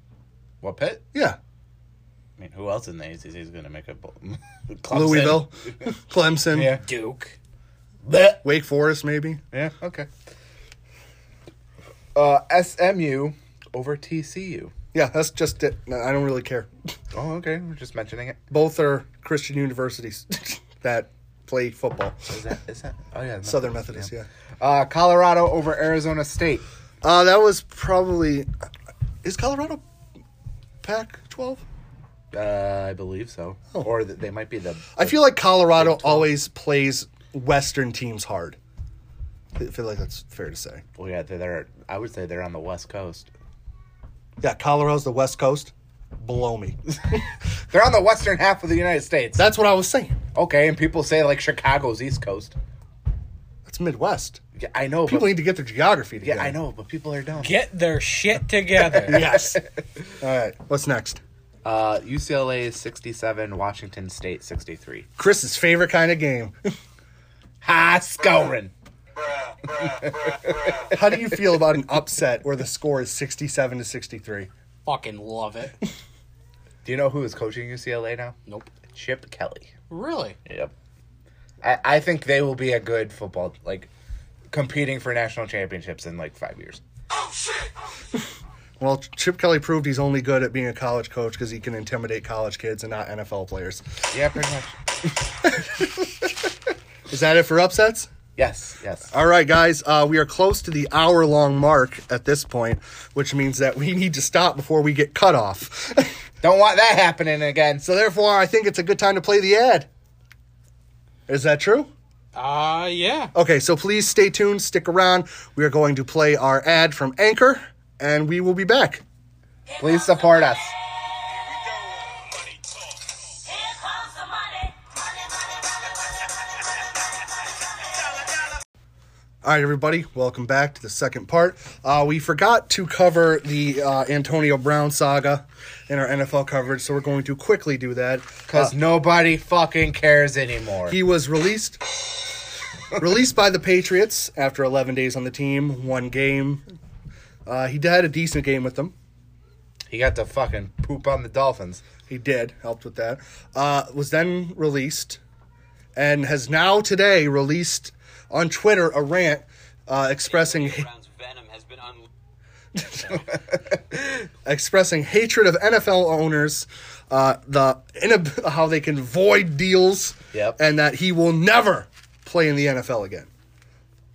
Speaker 2: What Pitt?
Speaker 1: Yeah.
Speaker 2: I mean, who else in the ACC is going to make a bowl? Clemson.
Speaker 1: Louisville, Clemson,
Speaker 2: Yeah.
Speaker 3: Duke.
Speaker 2: Blech.
Speaker 1: Wake Forest, maybe.
Speaker 2: Yeah. Okay. Uh, SMU over TCU.
Speaker 1: Yeah, that's just it. No, I don't really care.
Speaker 2: Oh, okay. We're just mentioning it.
Speaker 1: Both are Christian universities that play football.
Speaker 2: Is that? Is that? Oh yeah.
Speaker 1: Southern Methodist, yeah.
Speaker 2: Uh, Colorado over Arizona State.
Speaker 1: Uh, that was probably. Is Colorado Pac 12?
Speaker 2: Uh, I believe so. Or that they might be the.
Speaker 1: Oh. I feel like Colorado always plays Western teams hard. I feel like that's fair to say.
Speaker 2: Well, yeah, they're- they're. I would say they're on the West Coast.
Speaker 1: Yeah, Colorado's the West Coast. Blow me.
Speaker 2: They're on the western half of the United States.
Speaker 1: That's what I was saying.
Speaker 2: Okay, and people say like Chicago's East Coast.
Speaker 1: That's Midwest.
Speaker 2: Yeah, I know.
Speaker 1: People
Speaker 2: but,
Speaker 1: need to get their geography together.
Speaker 2: yeah, I know, but people are dumb.
Speaker 3: Get their shit together.
Speaker 1: Yes. All right. What's next?
Speaker 2: Uh, UCLA is 67, Washington State 63.
Speaker 1: Chris's favorite kind of game.
Speaker 2: High scoring.
Speaker 1: How do you feel about an upset where the score is 67 to 63?
Speaker 3: Fucking love it.
Speaker 2: Do you know who is coaching UCLA now?
Speaker 3: Nope.
Speaker 2: Chip Kelly.
Speaker 3: Really?
Speaker 2: Yep. I, I think they will be a good football, like competing for national championships in like five years.
Speaker 1: Well, Chip Kelly proved he's only good at being a college coach because he can intimidate college kids and not NFL players.
Speaker 2: Yeah, pretty much.
Speaker 1: Is that it for upsets?
Speaker 2: Yes, yes.
Speaker 1: All right, guys, uh, we are close to the hour long mark at this point, which means that we need to stop before we get cut off.
Speaker 2: Don't want that happening again.
Speaker 1: so, therefore, I think it's a good time to play the ad. Is that true?
Speaker 3: Uh, yeah.
Speaker 1: Okay, so please stay tuned, stick around. We are going to play our ad from Anchor, and we will be back.
Speaker 2: Please support us.
Speaker 4: Here comes the money. Money, money, money,
Speaker 1: All right, everybody, welcome back to the second part. Uh, we forgot to cover the uh, Antonio Brown saga in our NFL coverage, so we're going to quickly do that. Uh,
Speaker 2: Because nobody fucking cares anymore.
Speaker 1: He was released released by the Patriots after 11 days on the team, one game. Uh, he had a decent game with them.
Speaker 2: He got to fucking poop on the Dolphins.
Speaker 1: He did helped with that. Uh, was then released, and has now today released on Twitter a rant uh, expressing
Speaker 5: Brown's venom has been unleashed.
Speaker 1: expressing hatred of NFL owners, uh, the inab- how they can void deals,
Speaker 2: Yep.
Speaker 1: and that he will never play in the NFL again.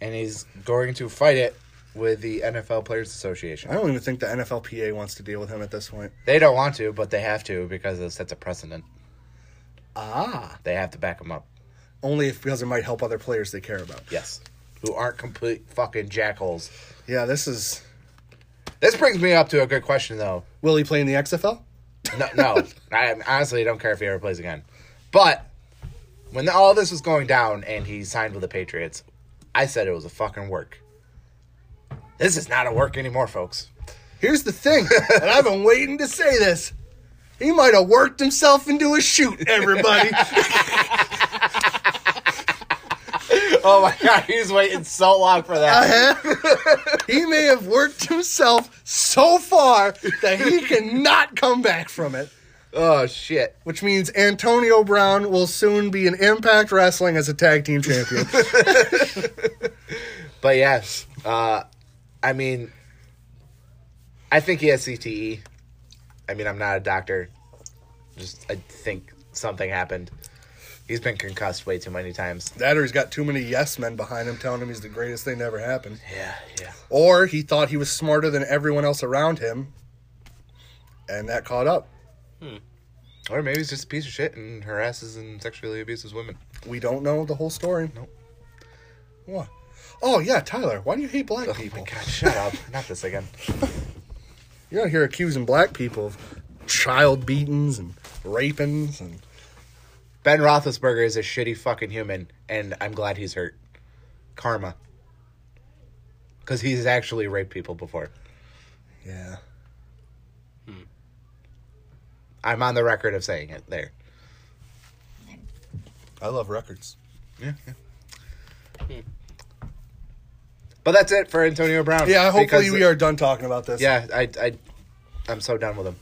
Speaker 2: And he's going to fight it with the NFL Players
Speaker 1: I
Speaker 2: Association.
Speaker 1: don't even think the NFLPA wants to deal with him at this point.
Speaker 2: They don't want to, but they have to because it sets a precedent. Ah. They have to back him up.
Speaker 1: only if because it might help other players they care about.
Speaker 2: Yes. Who aren't complete fucking jackholes.
Speaker 1: Yeah, this is.
Speaker 2: This brings me up to a good question, though.
Speaker 1: Will he play in the XFL?
Speaker 2: No, no I honestly don't care if he ever plays again. But when all this was going down and he signed with the Patriots, I said it was a fucking work. This is not a work anymore, folks.
Speaker 1: Here's the thing, and I've been waiting to say this. He might have worked himself into a shoot, everybody.
Speaker 2: Oh my god, he's waiting so long for that.
Speaker 1: he may have worked himself so far that he cannot come back from it.
Speaker 2: Oh shit.
Speaker 1: Which means Antonio Brown will soon be in Impact Wrestling as a tag team champion.
Speaker 2: But yes, uh, I mean, I think he has CTE. I mean, I'm not a doctor. Just I think something happened. He's been concussed way too many times.
Speaker 1: that or he's got too many yes men behind him telling him he's the greatest thing that ever happened.
Speaker 2: Yeah, yeah.
Speaker 1: or he thought he was smarter than everyone else around him, and that caught up.
Speaker 2: Or maybe he's just a piece of shit and harasses and sexually abuses women.
Speaker 1: We don't know the whole story.
Speaker 2: Nope.
Speaker 1: What? Oh yeah, Tyler. Why do you hate black
Speaker 2: Oh my
Speaker 1: people?
Speaker 2: god, shut up. Not this again.
Speaker 1: You're out here accusing black people of child beatings and rapings and
Speaker 2: Ben Roethlisberger is a shitty fucking human, and I'm glad he's hurt. Karma. Because he's actually raped people before.
Speaker 1: yeah.
Speaker 2: I'm on the record of saying it there.
Speaker 1: I love records.
Speaker 2: But that's it for Antonio Brown.
Speaker 1: Yeah, hopefully
Speaker 2: Because-
Speaker 1: we are done talking about this.
Speaker 2: Yeah, I, I, I'm so done with him.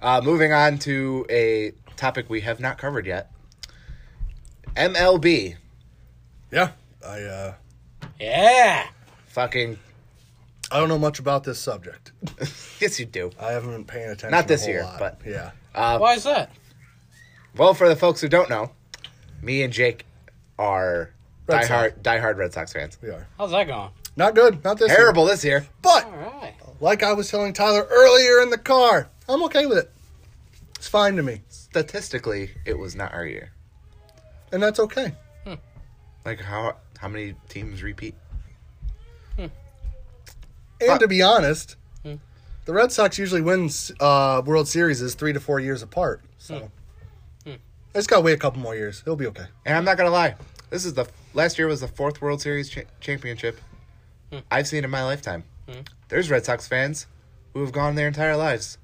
Speaker 2: Uh, moving on to a topic we have not covered yet. MLB,
Speaker 1: Yeah. I uh
Speaker 3: Yeah.
Speaker 2: fucking
Speaker 1: I don't know much about this subject.
Speaker 2: yes, you do.
Speaker 1: I haven't been paying attention.
Speaker 2: Not this
Speaker 1: a whole
Speaker 2: year,
Speaker 1: lot.
Speaker 2: but-
Speaker 1: yeah.
Speaker 3: Why is that?
Speaker 2: Well, for the folks who don't know, me and Jake are
Speaker 1: Red Sox.
Speaker 2: diehard diehard Red Sox fans.
Speaker 1: We are.
Speaker 3: How's that going?
Speaker 1: Not good. Not this year.
Speaker 2: Terrible this year.
Speaker 1: But
Speaker 3: All right.
Speaker 1: like I was telling Tyler earlier in the car, I'm okay with it. It's fine to me.
Speaker 2: Statistically, it was not our year.
Speaker 1: And that's okay.
Speaker 2: Like how how many teams repeat?
Speaker 1: And
Speaker 2: Fuck.
Speaker 1: to be honest, the Red Sox usually wins uh, World Series is three to four years apart. So it's got to wait a couple more years. It'll be okay.
Speaker 2: And I'm not gonna lie, this is the last year was the fourth World Series cha- championship
Speaker 3: Hmm.
Speaker 2: I've seen in my lifetime. There's Red Sox fans who have gone their entire lives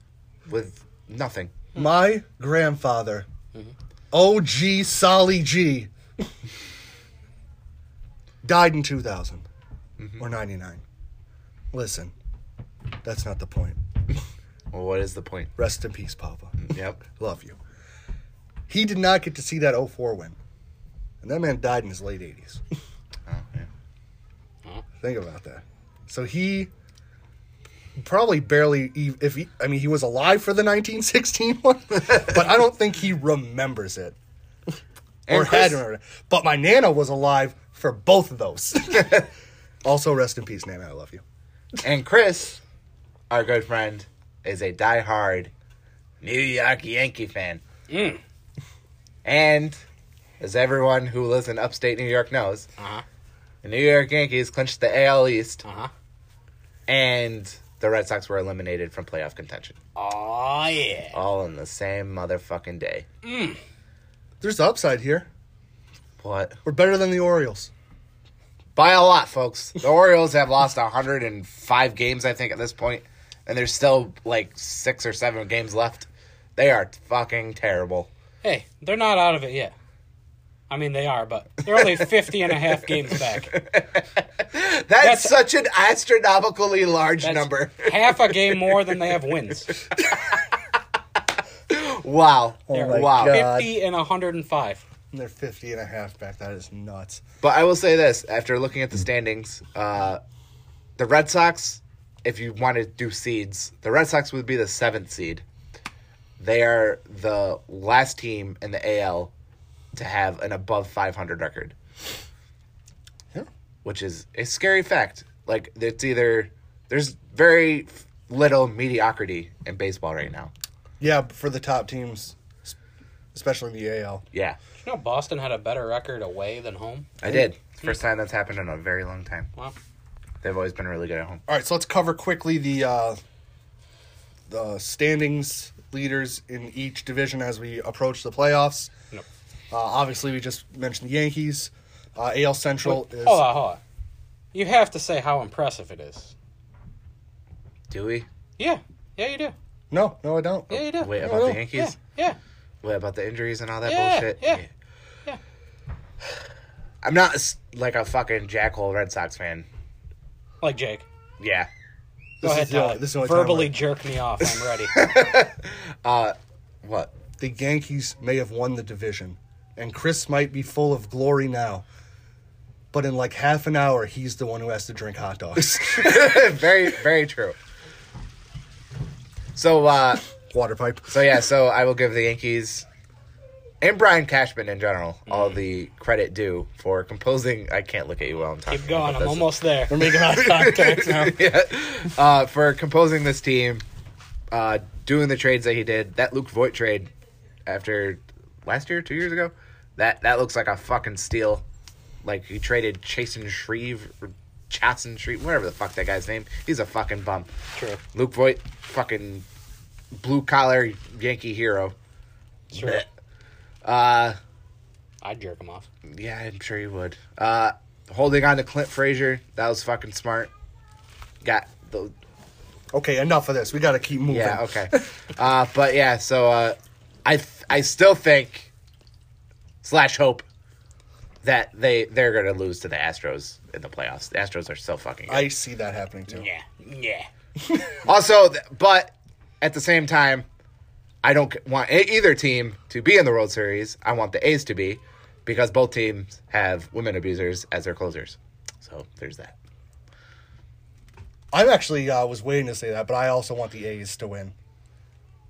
Speaker 2: with nothing.
Speaker 1: My grandfather, OG Solly G, died in 2000 or 99. Listen, that's not the point.
Speaker 2: Well, what is the point?
Speaker 1: Rest in peace, Papa.
Speaker 2: Yep.
Speaker 1: Love you. He did not get to see that 04 win. And that man died in his late 80s.
Speaker 2: Oh, yeah.
Speaker 1: Think about that. So he probably barely, ev- if he, I mean, he was alive for the 1916 one, but I don't think he remembers it or
Speaker 2: And Chris-
Speaker 1: had remembered it. But my Nana was alive for both of those. also, rest in peace, Nana. I love you.
Speaker 2: And Chris, our good friend, is a diehard New York Yankee fan.
Speaker 3: Mm.
Speaker 2: And as everyone who lives in upstate New York knows,
Speaker 3: Uh-huh.
Speaker 2: the New York Yankees clinched the AL East,
Speaker 3: Uh-huh.
Speaker 2: and the Red Sox were eliminated from playoff contention.
Speaker 3: Oh yeah.
Speaker 2: All in the same motherfucking day.
Speaker 1: There's the upside here.
Speaker 2: What?
Speaker 1: We're better than the Orioles.
Speaker 2: By a lot, folks. The Orioles have lost 105 games, I think, at this point, and there's still like six or seven games left. They are fucking terrible.
Speaker 3: Hey, they're not out of it yet. I mean, they are, but they're only 50 and a half games back.
Speaker 2: That's,
Speaker 3: That's-
Speaker 2: such an astronomically large
Speaker 3: That's
Speaker 2: number.
Speaker 3: half a game more than they have wins.
Speaker 2: Wow.
Speaker 1: Oh my
Speaker 2: wow.
Speaker 1: God.
Speaker 3: 50 and 105.
Speaker 1: And they're 50 and a half back. That is nuts.
Speaker 2: But I will say this after looking at the standings, uh, the Red Sox, if you want to do seeds, the Red Sox would be the seventh seed. They are the last team in the AL to have an above 500 record,
Speaker 1: Yeah.
Speaker 2: which is a scary fact. Like, it's either there's very little mediocrity in baseball right now.
Speaker 1: Yeah, for the top teams, s- especially the AL.
Speaker 2: Yeah.
Speaker 3: You know, Boston had a better record away than home.
Speaker 2: I did. It's the First time that's happened in a very long time.
Speaker 3: Wow.
Speaker 2: They've always been really good at home.
Speaker 1: All right, so let's cover quickly the uh, the standings leaders in each division as we approach the playoffs.
Speaker 3: No.
Speaker 1: Uh, obviously, we just mentioned the Yankees. Uh, AL Central is
Speaker 3: Hold on, hold on. You have to say how impressive it is.
Speaker 2: Do we?
Speaker 3: Yeah. Yeah, you do.
Speaker 1: no, no, I don't.
Speaker 3: Yeah, you do.
Speaker 2: Wait,
Speaker 1: No,
Speaker 2: about
Speaker 1: no.
Speaker 2: the Yankees?
Speaker 3: Yeah.
Speaker 2: What about the injuries and all that
Speaker 3: Yeah,
Speaker 2: bullshit?
Speaker 3: yeah, yeah.
Speaker 2: I'm not s- like a fucking jackhole Red Sox fan.
Speaker 3: Like Jake.
Speaker 2: Yeah.
Speaker 3: Go
Speaker 1: This
Speaker 3: ahead,
Speaker 1: is the-
Speaker 3: Tyler.
Speaker 1: this is the only time
Speaker 3: Verbally
Speaker 1: I-
Speaker 3: jerk me off. I'm ready.
Speaker 2: What?
Speaker 1: The Yankees may have won the division, and Chris might be full of glory now. But in like half an hour, he's the one who has to drink hot dogs,
Speaker 2: very, very true. So, uh,
Speaker 1: water pipe.
Speaker 2: so yeah, so I will give the Yankees and Brian Cashman in general all
Speaker 3: Mm.
Speaker 2: the credit due for composing. I can't look at you while I'm talking.
Speaker 3: Keep going.
Speaker 2: about
Speaker 3: I'm
Speaker 2: this.
Speaker 3: almost there.
Speaker 1: We're making eye contact now.
Speaker 2: yeah. Uh, for composing this team, uh, doing the trades that he did, that Luke Voigt trade after last year, two years ago, that that looks like a fucking steal. Like he traded Chasen Shreve or Chasen Shreve, whatever the fuck that guy's name. He's a fucking bum.
Speaker 3: True.
Speaker 2: Luke Voigt fucking blue collar Yankee hero.
Speaker 3: Sure.
Speaker 2: Uh,
Speaker 3: I'd jerk him off.
Speaker 2: yeah, I'm sure you would. Uh, holding on to Clint Frazier, that was fucking smart. Got the
Speaker 1: Okay, enough of this. We got to keep moving.
Speaker 2: yeah, okay. uh, but yeah, so uh, I th- I still think slash hope that they they're gonna lose to the Astros in the playoffs. The Astros are so fucking. Good.
Speaker 1: I see that happening too.
Speaker 3: Yeah. Yeah.
Speaker 2: Also, th- but at the same time, I don't c- want e- either team to be in the World Series. I want the A's to be because both teams have women abusers as their closers. So there's that.
Speaker 1: I actually uh, was waiting to say that, but I also want the A's to win.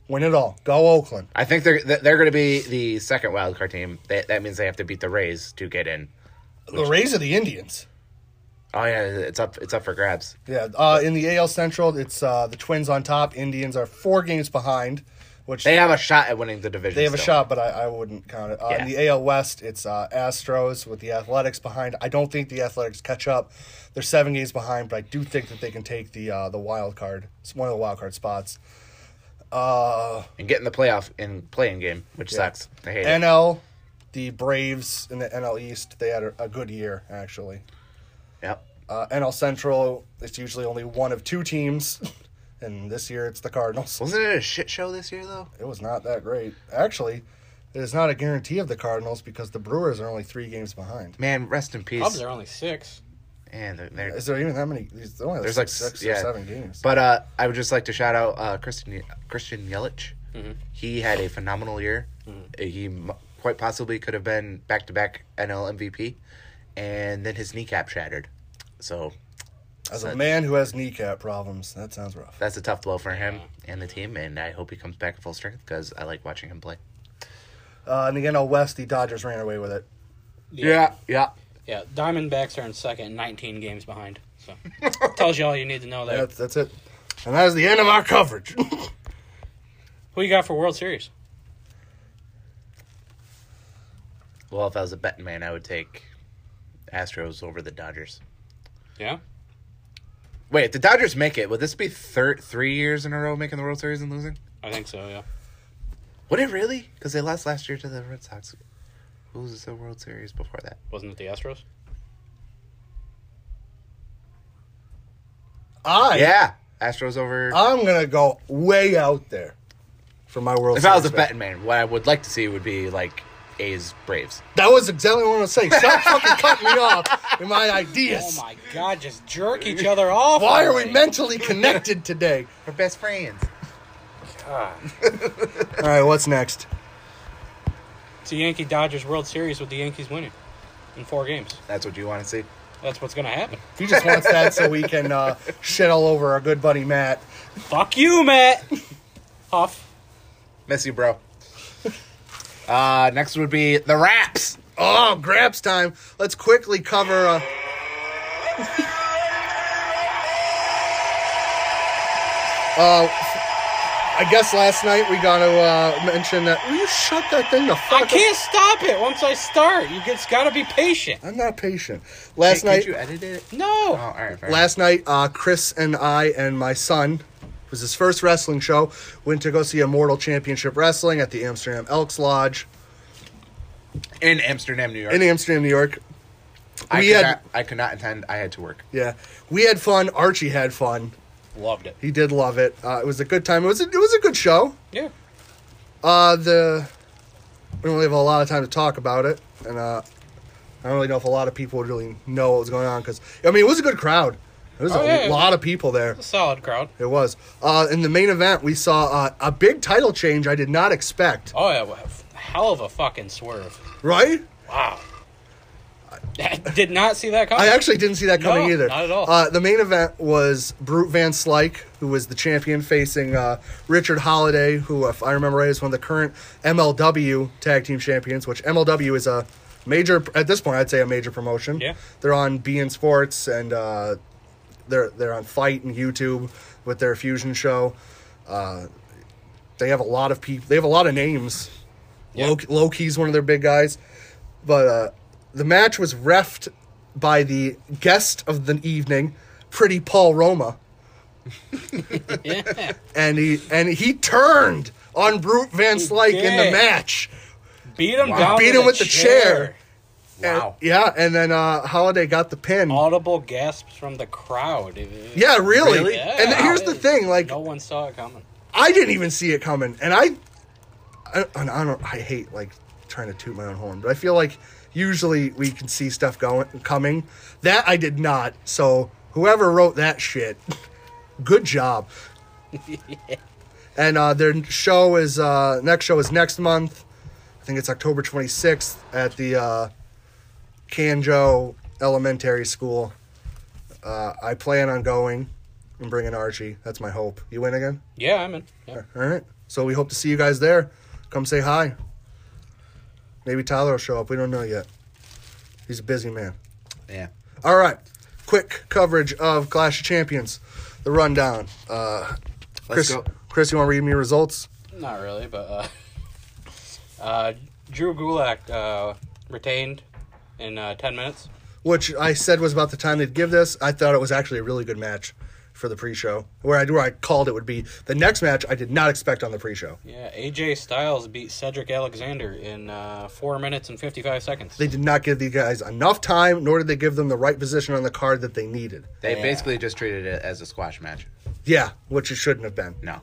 Speaker 1: Win it all. Go Oakland.
Speaker 2: I think they're th- they're going to be the second wild card team. That, that means they have to beat the Rays to get in.
Speaker 1: The Rays are the Indians.
Speaker 2: Oh yeah, it's up it's up for grabs.
Speaker 1: Yeah, uh, in the AL Central, it's uh, the Twins on top. Indians are four games behind, which
Speaker 2: They
Speaker 1: they,
Speaker 2: have a shot at winning the division.
Speaker 1: have a
Speaker 2: still.
Speaker 1: shot, but I, I wouldn't count it. Uh, In
Speaker 2: Yeah.
Speaker 1: the AL West, it's uh, Astros with the Athletics behind. I don't think the Athletics catch up. They're seven games behind, but I do think that they can take the uh, the wild card. It's one of the wild card spots.
Speaker 2: and get in the playoff and playing game, which sucks. I hate it.
Speaker 1: NL, the Braves in the NL East, they had a, a good year actually.
Speaker 2: Yep.
Speaker 1: Uh, NL Central, it's usually only one of two teams, and this year it's the Cardinals.
Speaker 2: Wasn't it a shit show this year though?
Speaker 1: It was not that great. Actually, it is not a guarantee of the Cardinals because the Brewers are only three games behind.
Speaker 2: Man, rest in peace.
Speaker 3: Cubs are only six.
Speaker 2: And they're, they're-
Speaker 1: Is there even that many? There's only
Speaker 2: there's like
Speaker 1: six, six
Speaker 2: yeah.
Speaker 1: or seven games.
Speaker 2: But uh, I would just like to shout out uh, Christian Christian Yelich.
Speaker 1: Mm-hmm.
Speaker 2: He had a phenomenal year. He m- quite possibly could have been back to back NL MVP, and then his kneecap shattered. So
Speaker 1: As a man who has kneecap problems, that sounds rough.
Speaker 2: that's a tough blow for him and the team. And I hope he comes back at full strength because I like watching him play.
Speaker 1: Uh, in the NL West, the Dodgers ran away with it.
Speaker 2: yeah.
Speaker 3: Yeah. Diamondbacks are in second, 19 games behind. So tells you all you need to know there.
Speaker 1: That's that's it. And that is the end of our coverage.
Speaker 3: Who you got for World Series?
Speaker 2: Well, if I was a betting man, I would take Astros over the Dodgers.
Speaker 3: Yeah.
Speaker 2: Wait, if the Dodgers make it, would this be thir- three years in a row making the World Series and losing?
Speaker 3: I think so. Yeah.
Speaker 2: Would it really? Because they lost last year to the Red Sox. Who was the World Series before that?
Speaker 3: Wasn't it the Astros?
Speaker 1: I Oh,
Speaker 2: Yeah, Astros over.
Speaker 1: I'm gonna go way out there for my World
Speaker 2: if I was a
Speaker 1: Series
Speaker 2: betting man, what I would like to see would be like A's Braves.
Speaker 1: That was exactly what I was saying. Stop fucking cutting me off in my ideas.
Speaker 3: Oh my God! Just jerk each other off.
Speaker 1: Why are we
Speaker 3: already.
Speaker 1: mentally connected today?
Speaker 2: We're best friends.
Speaker 1: All right, what's next?
Speaker 3: It's a Yankee Dodgers World Series with the Yankees winning in four games.
Speaker 2: That's what you want to see.
Speaker 3: That's what's gonna happen.
Speaker 1: He just wants that so we can uh, shit all over our good buddy Matt.
Speaker 3: Fuck you, Matt. Huff.
Speaker 2: Miss you, bro. Uh, next would be the Raps.
Speaker 1: Oh, grabs time. Let's quickly cover. Uh... uh, I guess last night we got to uh, mention that. Will you shut that thing the fuck
Speaker 3: I
Speaker 1: up?
Speaker 3: can't stop it once I start. You just gotta be patient.
Speaker 1: I'm not patient. Last
Speaker 2: Hey,
Speaker 1: night,
Speaker 2: Did you edit it?
Speaker 3: No.
Speaker 2: Oh, all right. fair
Speaker 1: last night, uh, Chris and I and my son it was his first wrestling show. Went to go see Immortal Championship Wrestling at the Amsterdam Elks Lodge
Speaker 2: enough. in Amsterdam, New York.
Speaker 1: in Amsterdam, New York.
Speaker 2: I
Speaker 1: we
Speaker 2: could
Speaker 1: had-
Speaker 2: not, I could not attend. I had to work.
Speaker 1: Yeah, we had fun. Archie had fun.
Speaker 3: Loved it.
Speaker 1: He did love it. Uh, it was a good time. It was a, it was a good show.
Speaker 3: Yeah.
Speaker 1: Uh, the we don't really have a lot of time to talk about it, and uh, I don't really know if a lot of people would really know what was going on because I mean it was a good crowd. There was
Speaker 3: Oh,
Speaker 1: a
Speaker 3: yeah.
Speaker 1: lot of people there.
Speaker 3: Solid crowd.
Speaker 1: It was. Uh, in the main event, we saw uh, a big title change I did not expect.
Speaker 3: Oh yeah, well, f- hell of a fucking swerve.
Speaker 1: Right?
Speaker 3: Wow. I did not see that coming.
Speaker 1: I actually didn't see that coming
Speaker 3: No,
Speaker 1: either.
Speaker 3: not at all.
Speaker 1: Uh, the main event was Brute Van Slyke, who was the champion, facing uh, Richard Holiday, who, if I remember right, is one of the current MLW tag team champions. Which MLW is a major at this point. I'd say a major promotion.
Speaker 3: Yeah.
Speaker 1: they're on BN Sports and uh, they're they're on Fight and YouTube with their fusion show. Uh, they have a lot of people. They have a lot of names.
Speaker 3: Yeah.
Speaker 1: Low, Loki's one of their big guys, but uh, the match was refed by the guest of the evening, Pretty Paul Roma.
Speaker 3: Yeah.
Speaker 1: and he and he turned on Brute Van Slyke in the
Speaker 3: did.
Speaker 1: match.
Speaker 3: Beat him down.
Speaker 1: Beat
Speaker 3: with
Speaker 1: him
Speaker 3: a
Speaker 1: with the chair. And-
Speaker 2: Wow.
Speaker 1: yeah, and then uh, Holiday got the pin.
Speaker 3: Audible gasps from the crowd. It- it-
Speaker 1: yeah, really.
Speaker 2: Really?
Speaker 3: Yeah.
Speaker 1: And here's the thing, like
Speaker 3: No one saw it coming.
Speaker 1: I didn't even see it coming, and I, I, and I don't. I hate like trying to toot my own horn, but I feel like usually we can see stuff going coming. That I did not. So whoever wrote that shit, good job. And uh, their show is uh, next show is next month. I think it's October 26th at the uh, Canjo Elementary School. Uh, I plan on going and bringing Archie. That's my hope. You win again.
Speaker 3: Yeah, I'm in. Yeah.
Speaker 1: All right. So we hope to see you guys there. Come say hi. Maybe Tyler will show up. We don't know yet. He's a busy man.
Speaker 2: Yeah.
Speaker 1: All right. Quick coverage of Clash of Champions. The rundown. Uh,
Speaker 2: Let's
Speaker 1: Chris,
Speaker 2: go.
Speaker 1: Chris, you want to read me results?
Speaker 3: Not really, but uh, uh, Drew Gulak uh, retained in uh, ten minutes.
Speaker 1: Which I said was about the time they'd give this. I thought it was actually a really good match for the pre-show. Where I where I called it would be the next match. I did not expect on the pre-show.
Speaker 3: Yeah, AJ Styles beat Cedric Alexander in uh, four minutes and fifty-five seconds.
Speaker 1: They did not give these guys enough time, nor did they give them the right position on the card that they needed.
Speaker 2: They
Speaker 3: Yeah.
Speaker 2: basically just treated it as a squash match.
Speaker 1: Yeah, which it shouldn't have been.
Speaker 2: No.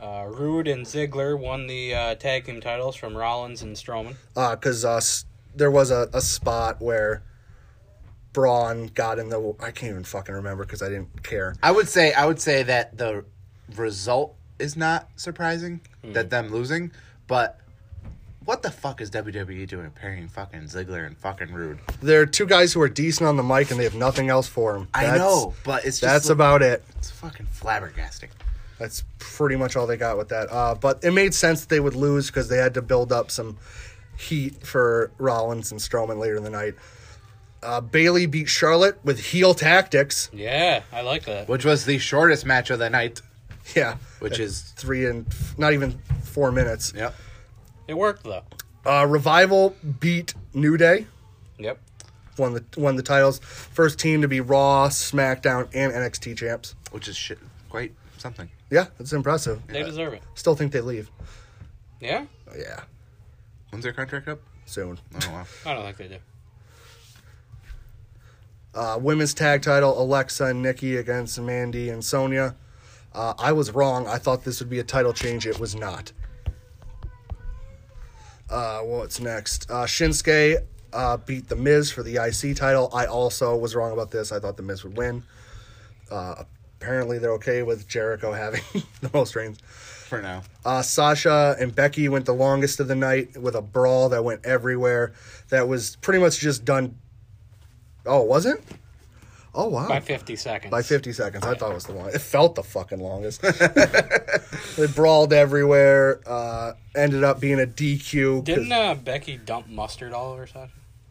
Speaker 3: Uh, Rude and Ziggler won the uh, tag team titles from Rollins and Strowman.
Speaker 1: because uh, s there was a, a spot where Braun got in the. I can't even fucking remember because I didn't care.
Speaker 2: I would say I would say that the result is not surprising that them losing, but what the fuck is WWE doing pairing fucking Ziggler and fucking Rude?
Speaker 1: There are two guys who are decent on the mic and they have nothing else for them.
Speaker 2: I know, but it's just
Speaker 1: That's
Speaker 2: like-
Speaker 1: about it.
Speaker 2: it's fucking flabbergasting.
Speaker 1: That's pretty much all they got with that. Uh, but it made sense that they would lose because they had to build up some heat for Rollins and Strowman later in the night. Uh, Bailey beat Charlotte with heel tactics.
Speaker 3: Yeah, I like that.
Speaker 2: Which was the shortest match of the night,
Speaker 1: Yeah,
Speaker 2: which is
Speaker 1: three and f- not even four minutes.
Speaker 2: yep.
Speaker 3: It worked though.
Speaker 1: Uh, Revival beat New Day.
Speaker 3: Yep.
Speaker 1: won the won the titles. First team to be Raw, SmackDown, and NXT champs.
Speaker 2: Which is shit, quite something.
Speaker 1: Yeah, it's impressive.
Speaker 3: They deserve it.
Speaker 1: Still think they leave.
Speaker 3: Yeah?
Speaker 1: Yeah,
Speaker 2: When's their contract up?
Speaker 1: soon.
Speaker 2: Oh wow.
Speaker 3: I don't think they do.
Speaker 1: Uh, women's tag title: Alexa and Nikki against Mandy and Sonya. Uh, I was wrong. I thought this would be a title change. It was not. Uh, what's next? Uh, Shinsuke uh, beat the Miz for the IC title. I also was wrong about this. I thought the Miz would win. Uh, apparently, they're okay with Jericho having the most reigns.
Speaker 2: For now.
Speaker 1: Uh, Sasha and Becky went the longest of the night with a brawl that went everywhere. That was pretty much just done. Oh, was it? Oh wow!
Speaker 3: By 50 seconds.
Speaker 1: By fifty seconds, I thought it was the longest. It felt the fucking longest. they brawled everywhere. Uh, ended up being a DQ. 'cause-
Speaker 3: Didn't uh, Becky dump mustard all over Sasha?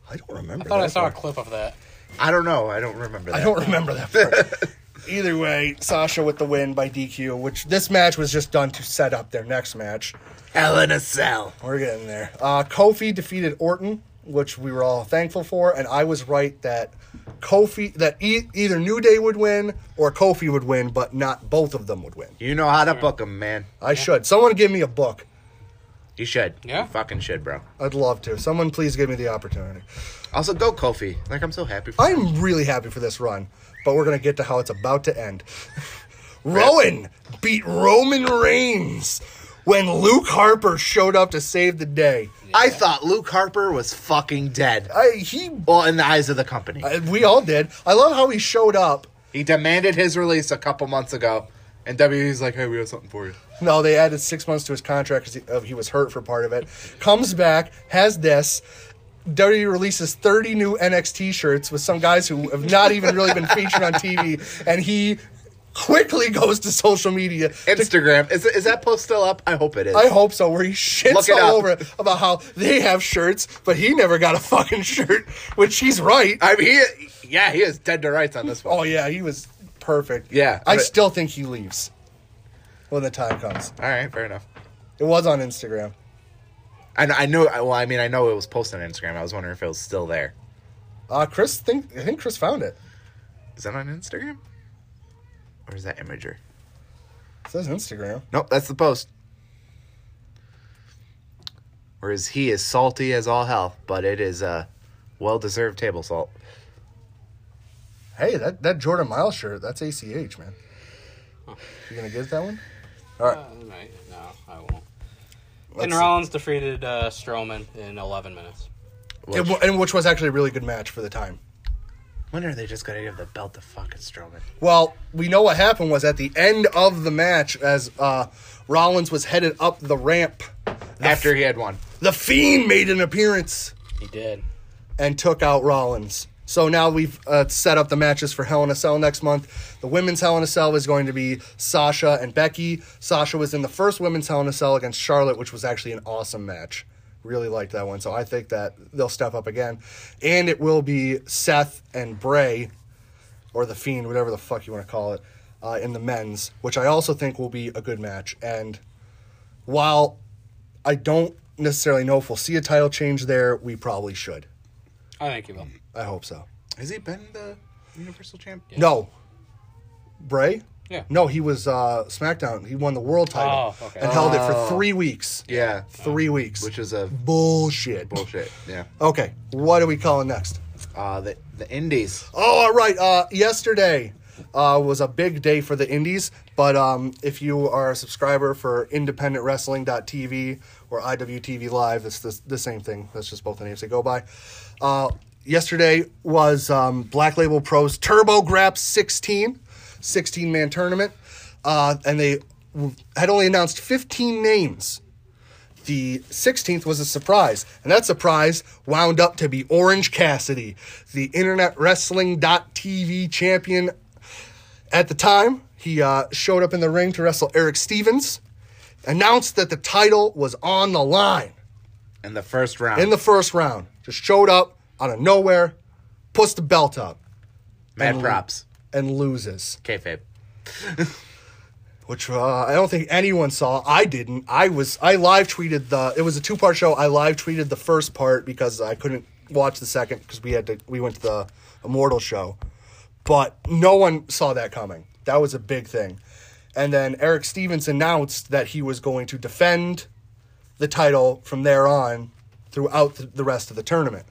Speaker 1: I don't remember.
Speaker 3: I thought I
Speaker 1: that
Speaker 3: saw a
Speaker 1: part.
Speaker 3: clip of that.
Speaker 2: I don't know. I don't remember that.
Speaker 1: I don't remember that part. Either way, Sasha with the win by DQ, which this match was just done to set up their next match.
Speaker 2: Hell in a cell.
Speaker 1: We're getting there. Uh, Kofi defeated Orton, which we were all thankful for, and I was right that Kofi that e- either New Day would win or Kofi would win, but not both of them would win.
Speaker 2: You know how to book 'em, man.
Speaker 1: I should. Someone give me a book.
Speaker 2: You should.
Speaker 3: Yeah.
Speaker 2: You fucking should, bro.
Speaker 1: I'd love to. Someone please give me the opportunity.
Speaker 2: Also, go Kofi. Like I'm so happy. For
Speaker 1: I'm really happy for this run, but we're gonna get to how it's about to end. Rowan beat Roman Reigns when Luke Harper showed up to save the day.
Speaker 2: I thought Luke Harper was fucking dead.
Speaker 1: I, he,
Speaker 2: Well, in the eyes of the company.
Speaker 1: we all did. I love how he showed up.
Speaker 2: He demanded his release a couple months ago, and WWE's like, hey, we have something for you.
Speaker 1: No, they added six months to his contract because he, uh, he was hurt for part of it. Comes back, has this. WWE releases 30 new NXT shirts with some guys who have not even really been featured on TV, and he quickly goes to social media.
Speaker 2: Instagram. Is, is that post still up? I hope it is.
Speaker 1: I hope so, where he shits
Speaker 2: Look it
Speaker 1: all
Speaker 2: up.
Speaker 1: over it about how they have shirts, but he never got a fucking shirt, which he's right.
Speaker 2: I mean, he, yeah, he is dead to rights on this one.
Speaker 1: Oh, yeah, he was perfect.
Speaker 2: Yeah,
Speaker 1: I
Speaker 2: but-
Speaker 1: still think he leaves when the time comes.
Speaker 2: All right, fair enough.
Speaker 1: It was on Instagram.
Speaker 2: I, kn- I know. I- Well, I mean, I know it was posted on Instagram. I was wondering if it was still there.
Speaker 1: Uh, Chris, think I think Chris found it.
Speaker 2: Is that on Instagram? Or is that Imager?
Speaker 1: It says Instagram.
Speaker 2: Nope, that's the post. Whereas he is salty as all hell, but it is a well deserved table salt.
Speaker 1: Hey, that, that Jordan Miles shirt, that's ACH, man. You gonna get that one?
Speaker 3: Uh, right. No, I won't. And Rollins defeated uh, Strowman in 11 minutes.
Speaker 2: Which-
Speaker 1: And, wh- and which was actually a really good match for the time.
Speaker 2: when are they just gonna give the belt to fucking Strowman?
Speaker 1: Well, we know what happened was at the end of the match, as uh, Rollins was headed up the ramp,
Speaker 2: After he had won.
Speaker 1: the Fiend made an appearance
Speaker 3: He did.
Speaker 1: and took out Rollins. So now we've uh, set up the matches for Hell in a Cell next month. The women's Hell in a Cell is going to be Sasha and Becky. Sasha was in the first women's Hell in a Cell against Charlotte, which was actually an awesome match. Really liked that one. So I think that they'll step up again. And it will be Seth and Bray, or The Fiend, whatever the fuck you want to call it, uh, in the men's, which I also think will be a good match. And while I don't necessarily know if we'll see a title change there, we probably should.
Speaker 3: I think he will.
Speaker 1: I hope so.
Speaker 2: Has he been the Universal Champ?
Speaker 1: No. Bray?
Speaker 3: Yeah.
Speaker 1: No, he was uh, SmackDown. He won the world title
Speaker 3: Oh, okay.
Speaker 1: and held it for three weeks.
Speaker 2: Yeah.
Speaker 1: Three weeks.
Speaker 2: Which is a
Speaker 1: bullshit.
Speaker 2: bullshit. Yeah.
Speaker 1: Okay, what are we calling next?
Speaker 2: Uh, the the Indies.
Speaker 1: Oh, all right. Uh, yesterday uh, was a big day for the Indies, but um, if you are a subscriber for independentwrestling.tv or IWTV Live, it's the, the same thing. That's just both the names they go by. Uh, yesterday was um, Black Label Pro's Turbo Grap 16, 16 man tournament, uh, and they w- had only announced 15 names. The 16th was a surprise, and that surprise wound up to be Orange Cassidy, the Internet Wrestling.tv champion. At the time, he uh, showed up in the ring to wrestle Eric Stevens, announced that the title was on the line
Speaker 2: In the first round.
Speaker 1: in the first round, just showed up out of nowhere, puts the belt up,
Speaker 2: Mad props.
Speaker 1: and loses.
Speaker 2: Kayfabe.
Speaker 1: which uh, I don't think anyone saw. I didn't. I was I live tweeted the. It was a two part show. I live tweeted the first part because I couldn't watch the second because we had to. We went to the Immortal show, but no one saw that coming. That was a big thing. And then Eric Stevens announced that he was going to defend the title from there on throughout th- the rest of the tournament.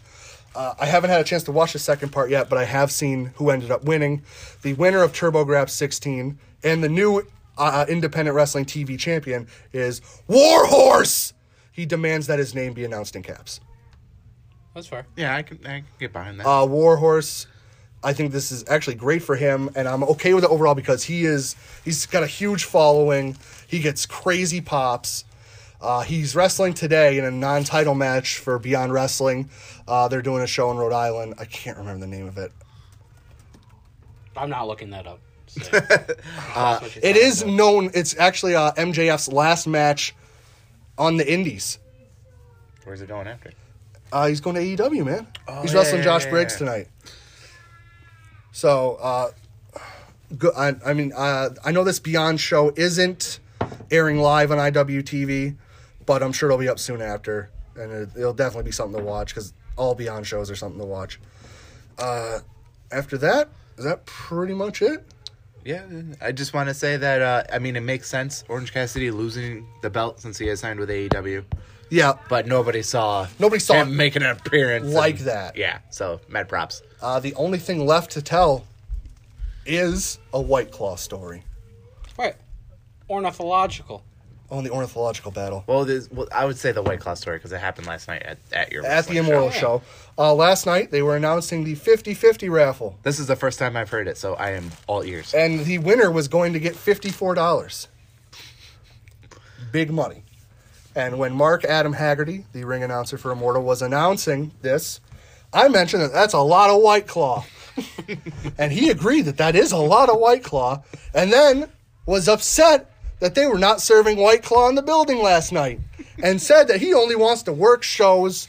Speaker 1: Uh, I haven't had a chance to watch the second part yet, but I have seen who ended up winning. The winner of TurboGrafx 16 and the new uh, independent wrestling TV champion is Warhorse. He demands that his name be announced in caps.
Speaker 3: That's fair.
Speaker 2: Yeah, I can I can get behind that.
Speaker 1: Uh, Warhorse, I think this is actually great for him, and I'm okay with it overall because he is he's got a huge following. He gets crazy pops. Uh, he's wrestling today in a non-title match for Beyond Wrestling. Uh, they're doing a show in Rhode Island. I can't remember the name of it.
Speaker 3: I'm not looking that up. So. uh,
Speaker 1: It is known. It's actually uh, MJF's last match on the Indies.
Speaker 2: Where's it going after?
Speaker 1: Uh, he's going to AEW, man. he's
Speaker 2: Oh, yeah,
Speaker 1: wrestling
Speaker 2: yeah,
Speaker 1: Josh
Speaker 2: yeah,
Speaker 1: Briggs
Speaker 2: yeah.
Speaker 1: tonight. So, uh, good. I, I mean, uh, I know this Beyond show isn't airing live on IWTV, but I'm sure it'll be up soon after, and it, it'll definitely be something to watch because all Beyond shows are something to watch. Uh, after that, is that pretty much it?
Speaker 2: Yeah, I just want to say that uh, I mean it makes sense. Orange Cassidy losing the belt since he has signed with E AEW,
Speaker 1: Yeah.
Speaker 2: but nobody saw
Speaker 1: Nobody saw it
Speaker 2: him making an appearance
Speaker 1: like
Speaker 2: and-
Speaker 1: that.
Speaker 2: Yeah, so mad props.
Speaker 1: Uh, the only thing left to tell is a White Claw story
Speaker 3: Right. Ornithological.
Speaker 1: on the ornithological battle.
Speaker 2: Well, this, well, I would say the White Claw story because it happened last night at, at your
Speaker 1: at the
Speaker 2: wrestling
Speaker 1: Immortal
Speaker 2: show.
Speaker 1: Show. Uh, last night, they were announcing the 50 50 raffle,
Speaker 2: This is the first time I've heard it, so I am all ears.
Speaker 1: and the winner was going to get $54. Big money. And when Mark Adam Haggerty, the ring announcer for Immortal, was announcing this, I mentioned that that's a lot of White Claw. and he agreed that that is a lot of White Claw, and then was upset that they were not serving White Claw in the building last night, and said that he only wants to work shows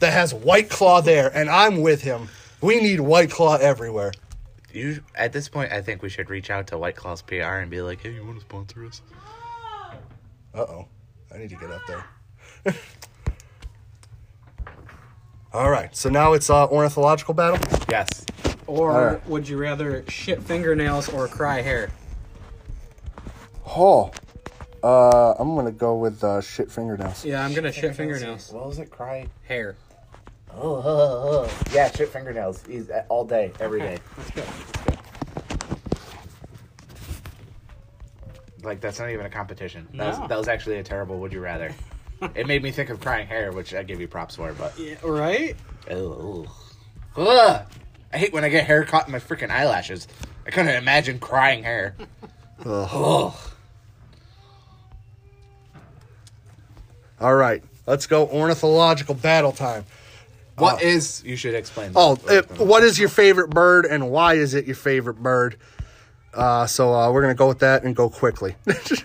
Speaker 1: that has White Claw there, and I'm with him. We need White Claw everywhere.
Speaker 2: You, at this point, I think we should reach out to White Claw's PR and be like, "Hey, you want to sponsor us?"
Speaker 1: Uh oh. I need to get up there. All right, so now it's uh, ornithological battle.
Speaker 2: Yes.
Speaker 3: Or
Speaker 1: All right.
Speaker 3: would you rather shit fingernails or cry hair?
Speaker 1: Oh, uh, I'm gonna go with uh, shit fingernails.
Speaker 3: Yeah, I'm gonna shit fingernails.
Speaker 2: What was it? Cry.
Speaker 3: Hair.
Speaker 2: Oh, oh, oh, oh. yeah, shit fingernails. He's uh, all day, every day.
Speaker 3: Let's go.
Speaker 2: Like that's not even a competition. That,
Speaker 3: No.
Speaker 2: was, that was actually a terrible. Would you rather? it made me think of crying hair, which I give you props for, but
Speaker 3: Yeah, right?
Speaker 2: Ugh. Ugh. I hate when I get hair caught in my freaking eyelashes. I couldn't imagine crying hair. Ugh.
Speaker 1: All right, let's go ornithological battle time. Uh,
Speaker 2: What is? You should explain.
Speaker 1: Oh, it, what is your favorite bird and why is it your favorite bird? Uh, so uh, we're gonna go with that and go quickly.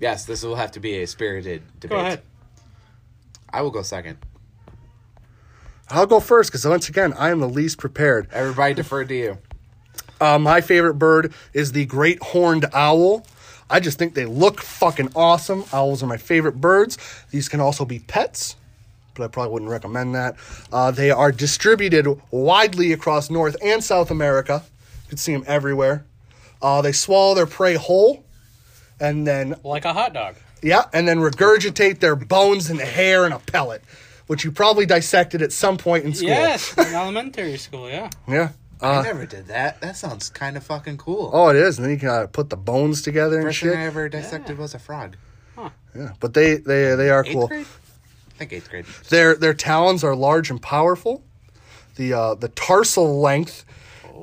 Speaker 2: Yes, this will have to be a spirited debate.
Speaker 3: Go ahead.
Speaker 2: I will go second.
Speaker 1: I'll go first because once again I am the least prepared.
Speaker 2: Everybody deferred to you.
Speaker 1: Uh, my favorite bird is the great horned owl. I just think they look fucking awesome. Owls are my favorite birds. These can also be pets, but I probably wouldn't recommend that. Uh, they are distributed widely across North and South America. You can see them everywhere. Uh, they swallow their prey whole, and then
Speaker 3: Like a hot dog.
Speaker 1: yeah, and then regurgitate their bones and hair in a pellet, which you probably dissected at some point in school.
Speaker 3: Yes, in elementary school, yeah.
Speaker 1: Yeah.
Speaker 2: I never did that. That sounds kind of fucking cool.
Speaker 1: Uh, Oh, it is. And then you can uh, put the bones together and
Speaker 2: First thing
Speaker 1: shit.
Speaker 2: I ever dissected was a frog.
Speaker 1: Yeah, but they they they are
Speaker 2: Eighth
Speaker 1: cool.
Speaker 2: grade? I think eighth grade.
Speaker 1: Their their talons are large and powerful. The uh, the tarsal length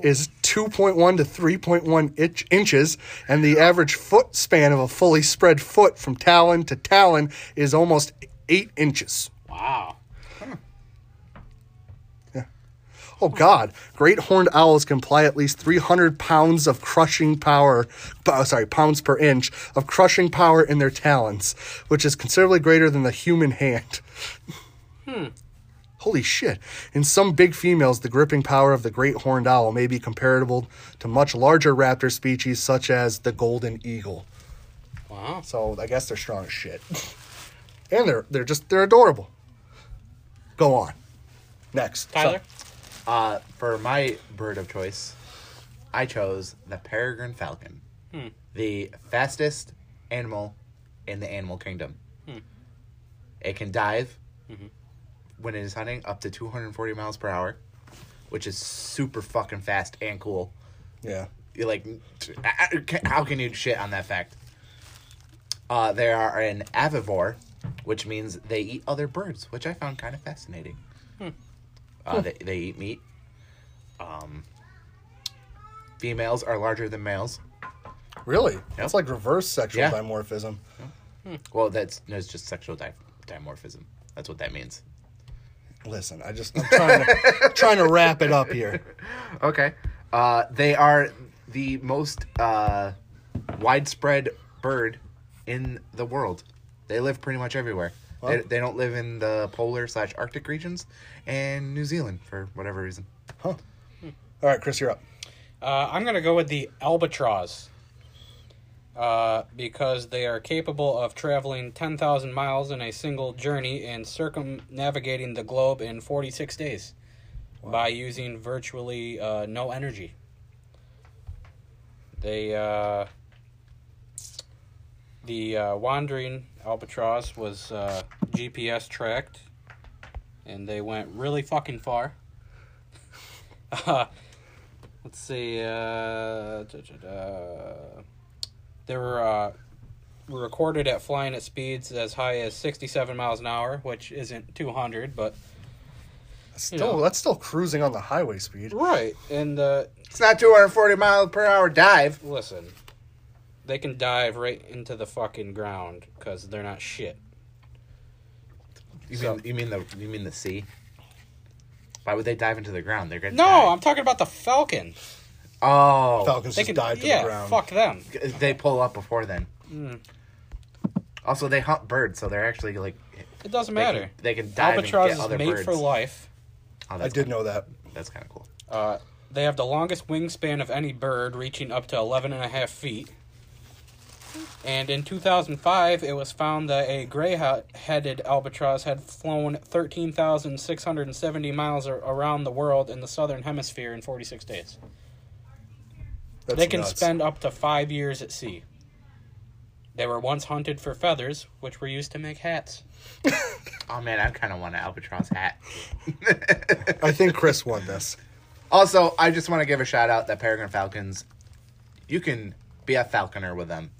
Speaker 1: is 2.1 to 3.1 itch, inches, and the average foot span of a fully spread foot from talon to talon is almost eight inches.
Speaker 3: Wow.
Speaker 1: Oh God! Great horned owls can apply at least 300 pounds of crushing power. po- Sorry, pounds per inch of crushing power in their talons, which is considerably greater than the human hand.
Speaker 3: Hmm.
Speaker 1: Holy shit! In some big females, the gripping power of the great horned owl may be comparable to much larger raptor species such as the golden eagle.
Speaker 3: Wow.
Speaker 1: So I guess they're strong as shit, and they're they're just they're adorable. Go on. Next,
Speaker 3: Tyler?
Speaker 2: Uh, for my bird of choice, I chose the peregrine falcon, the fastest animal in the animal kingdom. It can dive when it is hunting up to 240 miles per hour, which is super fucking fast and cool.
Speaker 1: Yeah.
Speaker 2: You're like, t- I- I- how can you shit on that fact? Uh, they are an avivore, which means they eat other birds, which I found kind of fascinating. Uh, they, they eat meat. Um, females are larger than males.
Speaker 1: Really? That's like reverse sexual
Speaker 2: Yeah.
Speaker 1: dimorphism.
Speaker 2: Well, that's no, it's just sexual di- dimorphism. That's what that means.
Speaker 1: Listen, I just I'm trying to trying to wrap it up here.
Speaker 2: Okay. Uh, they are the most uh, widespread bird in the world. They live pretty much everywhere. They,
Speaker 1: Wow.
Speaker 2: they don't live in the polar slash Arctic regions and New Zealand for whatever reason.
Speaker 1: All right, Chris, you're up.
Speaker 3: Uh, I'm going to go with the albatross uh, because they are capable of traveling 10,000 miles in a single journey and circumnavigating the globe in 46 days by using virtually uh, no energy. They, uh, the uh, wandering albatross was uh, GPS tracked and they went really fucking far. Let's see. Uh, da, da, da. They were uh, were recorded at flying at speeds as high as 67 miles an hour, which isn't 200, but
Speaker 1: Still,
Speaker 3: Yeah.
Speaker 1: that's still cruising on the highway speed.
Speaker 3: right. And uh,
Speaker 2: It's not 240 mile per hour dive.
Speaker 3: listen, they can dive right into the fucking ground because they're not shit.
Speaker 2: You mean you mean the you mean the sea? Why would they dive into the ground? They're gonna
Speaker 3: No,
Speaker 2: die.
Speaker 3: I'm talking about the falcon.
Speaker 2: oh
Speaker 1: Falcons
Speaker 3: They
Speaker 1: just
Speaker 3: can
Speaker 1: died to
Speaker 3: yeah,
Speaker 1: the ground.
Speaker 3: fuck them.
Speaker 2: they pull up before then.
Speaker 3: Hmm.
Speaker 2: Also, they hunt birds, so they're actually like
Speaker 3: It doesn't
Speaker 2: they can,
Speaker 3: matter.
Speaker 2: they can dive
Speaker 3: Albatross
Speaker 2: and get
Speaker 3: is
Speaker 2: other
Speaker 3: mate
Speaker 2: birds.
Speaker 3: for life.
Speaker 2: Oh,
Speaker 1: I
Speaker 2: that's
Speaker 1: did
Speaker 2: kinda-
Speaker 1: know that.
Speaker 2: That's kind of cool.
Speaker 3: Uh, they have the longest wingspan of any bird, reaching up to 11 and a half feet. And in 2005, it was found that a gray headed albatross had flown 13,670 miles ar- around the world in the southern hemisphere in 46 days.
Speaker 1: That's
Speaker 3: they can
Speaker 1: nuts.
Speaker 3: spend up to five years at sea. They were once hunted for feathers, which were used to make hats.
Speaker 2: Oh man, I kind of want an albatross hat.
Speaker 1: I think Chris won this.
Speaker 2: Also, I just want to give a shout out that Peregrine Falcons. You can be a falconer with them.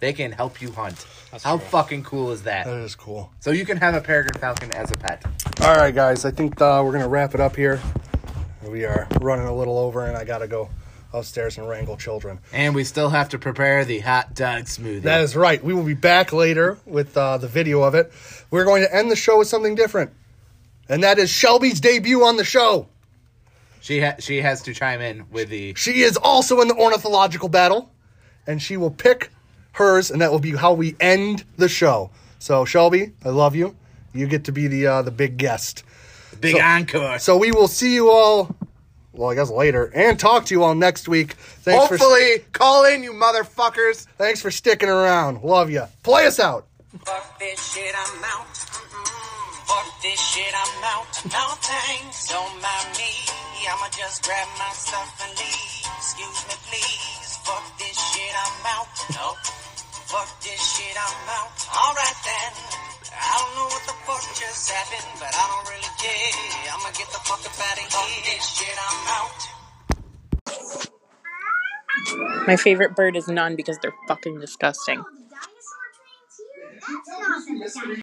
Speaker 2: They can help you hunt.
Speaker 3: That's
Speaker 2: How
Speaker 3: true.
Speaker 2: fucking cool is that?
Speaker 1: That is cool.
Speaker 2: so you can have a Peregrine Falcon as a pet.
Speaker 1: All right, guys. I think uh, we're gonna wrap it up here. We are running a little over, and I gotta go upstairs and wrangle children.
Speaker 2: And we still have to prepare the hot dog smoothie.
Speaker 1: That is right. We will be back later with uh, the video of it. We're going to end the show with something different, and that is Shelby's debut on the show.
Speaker 2: she ha- she has to chime in with the
Speaker 1: She is also in the ornithological battle, and she will pick hers, and that will be how we end the show. So, Shelby, I love you. You get to be the uh, the big guest.
Speaker 2: big encore.
Speaker 1: So we will see you all. Well, I guess later, and talk to you all next week. Thanks for
Speaker 2: Hopefully, call in, you motherfuckers.
Speaker 1: thanks for sticking around. Love you. Play us out.
Speaker 5: Fuck this shit, I'm out. Mm-hmm. Fuck this shit, I'm out. No thanks, don't mind me. I'ma just grab my stuff and leave. Excuse me, please. Fuck this shit, I'm out. No. Fuck this shit, I'm out. Alright then. I don't know what the fuck just happened, but I don't really care. I'ma get the fuck up out of here. Fuck this shit, I'm out.
Speaker 6: My favorite bird is none because they're fucking disgusting.
Speaker 7: Dinosaur trains here? That's not the dinosaur.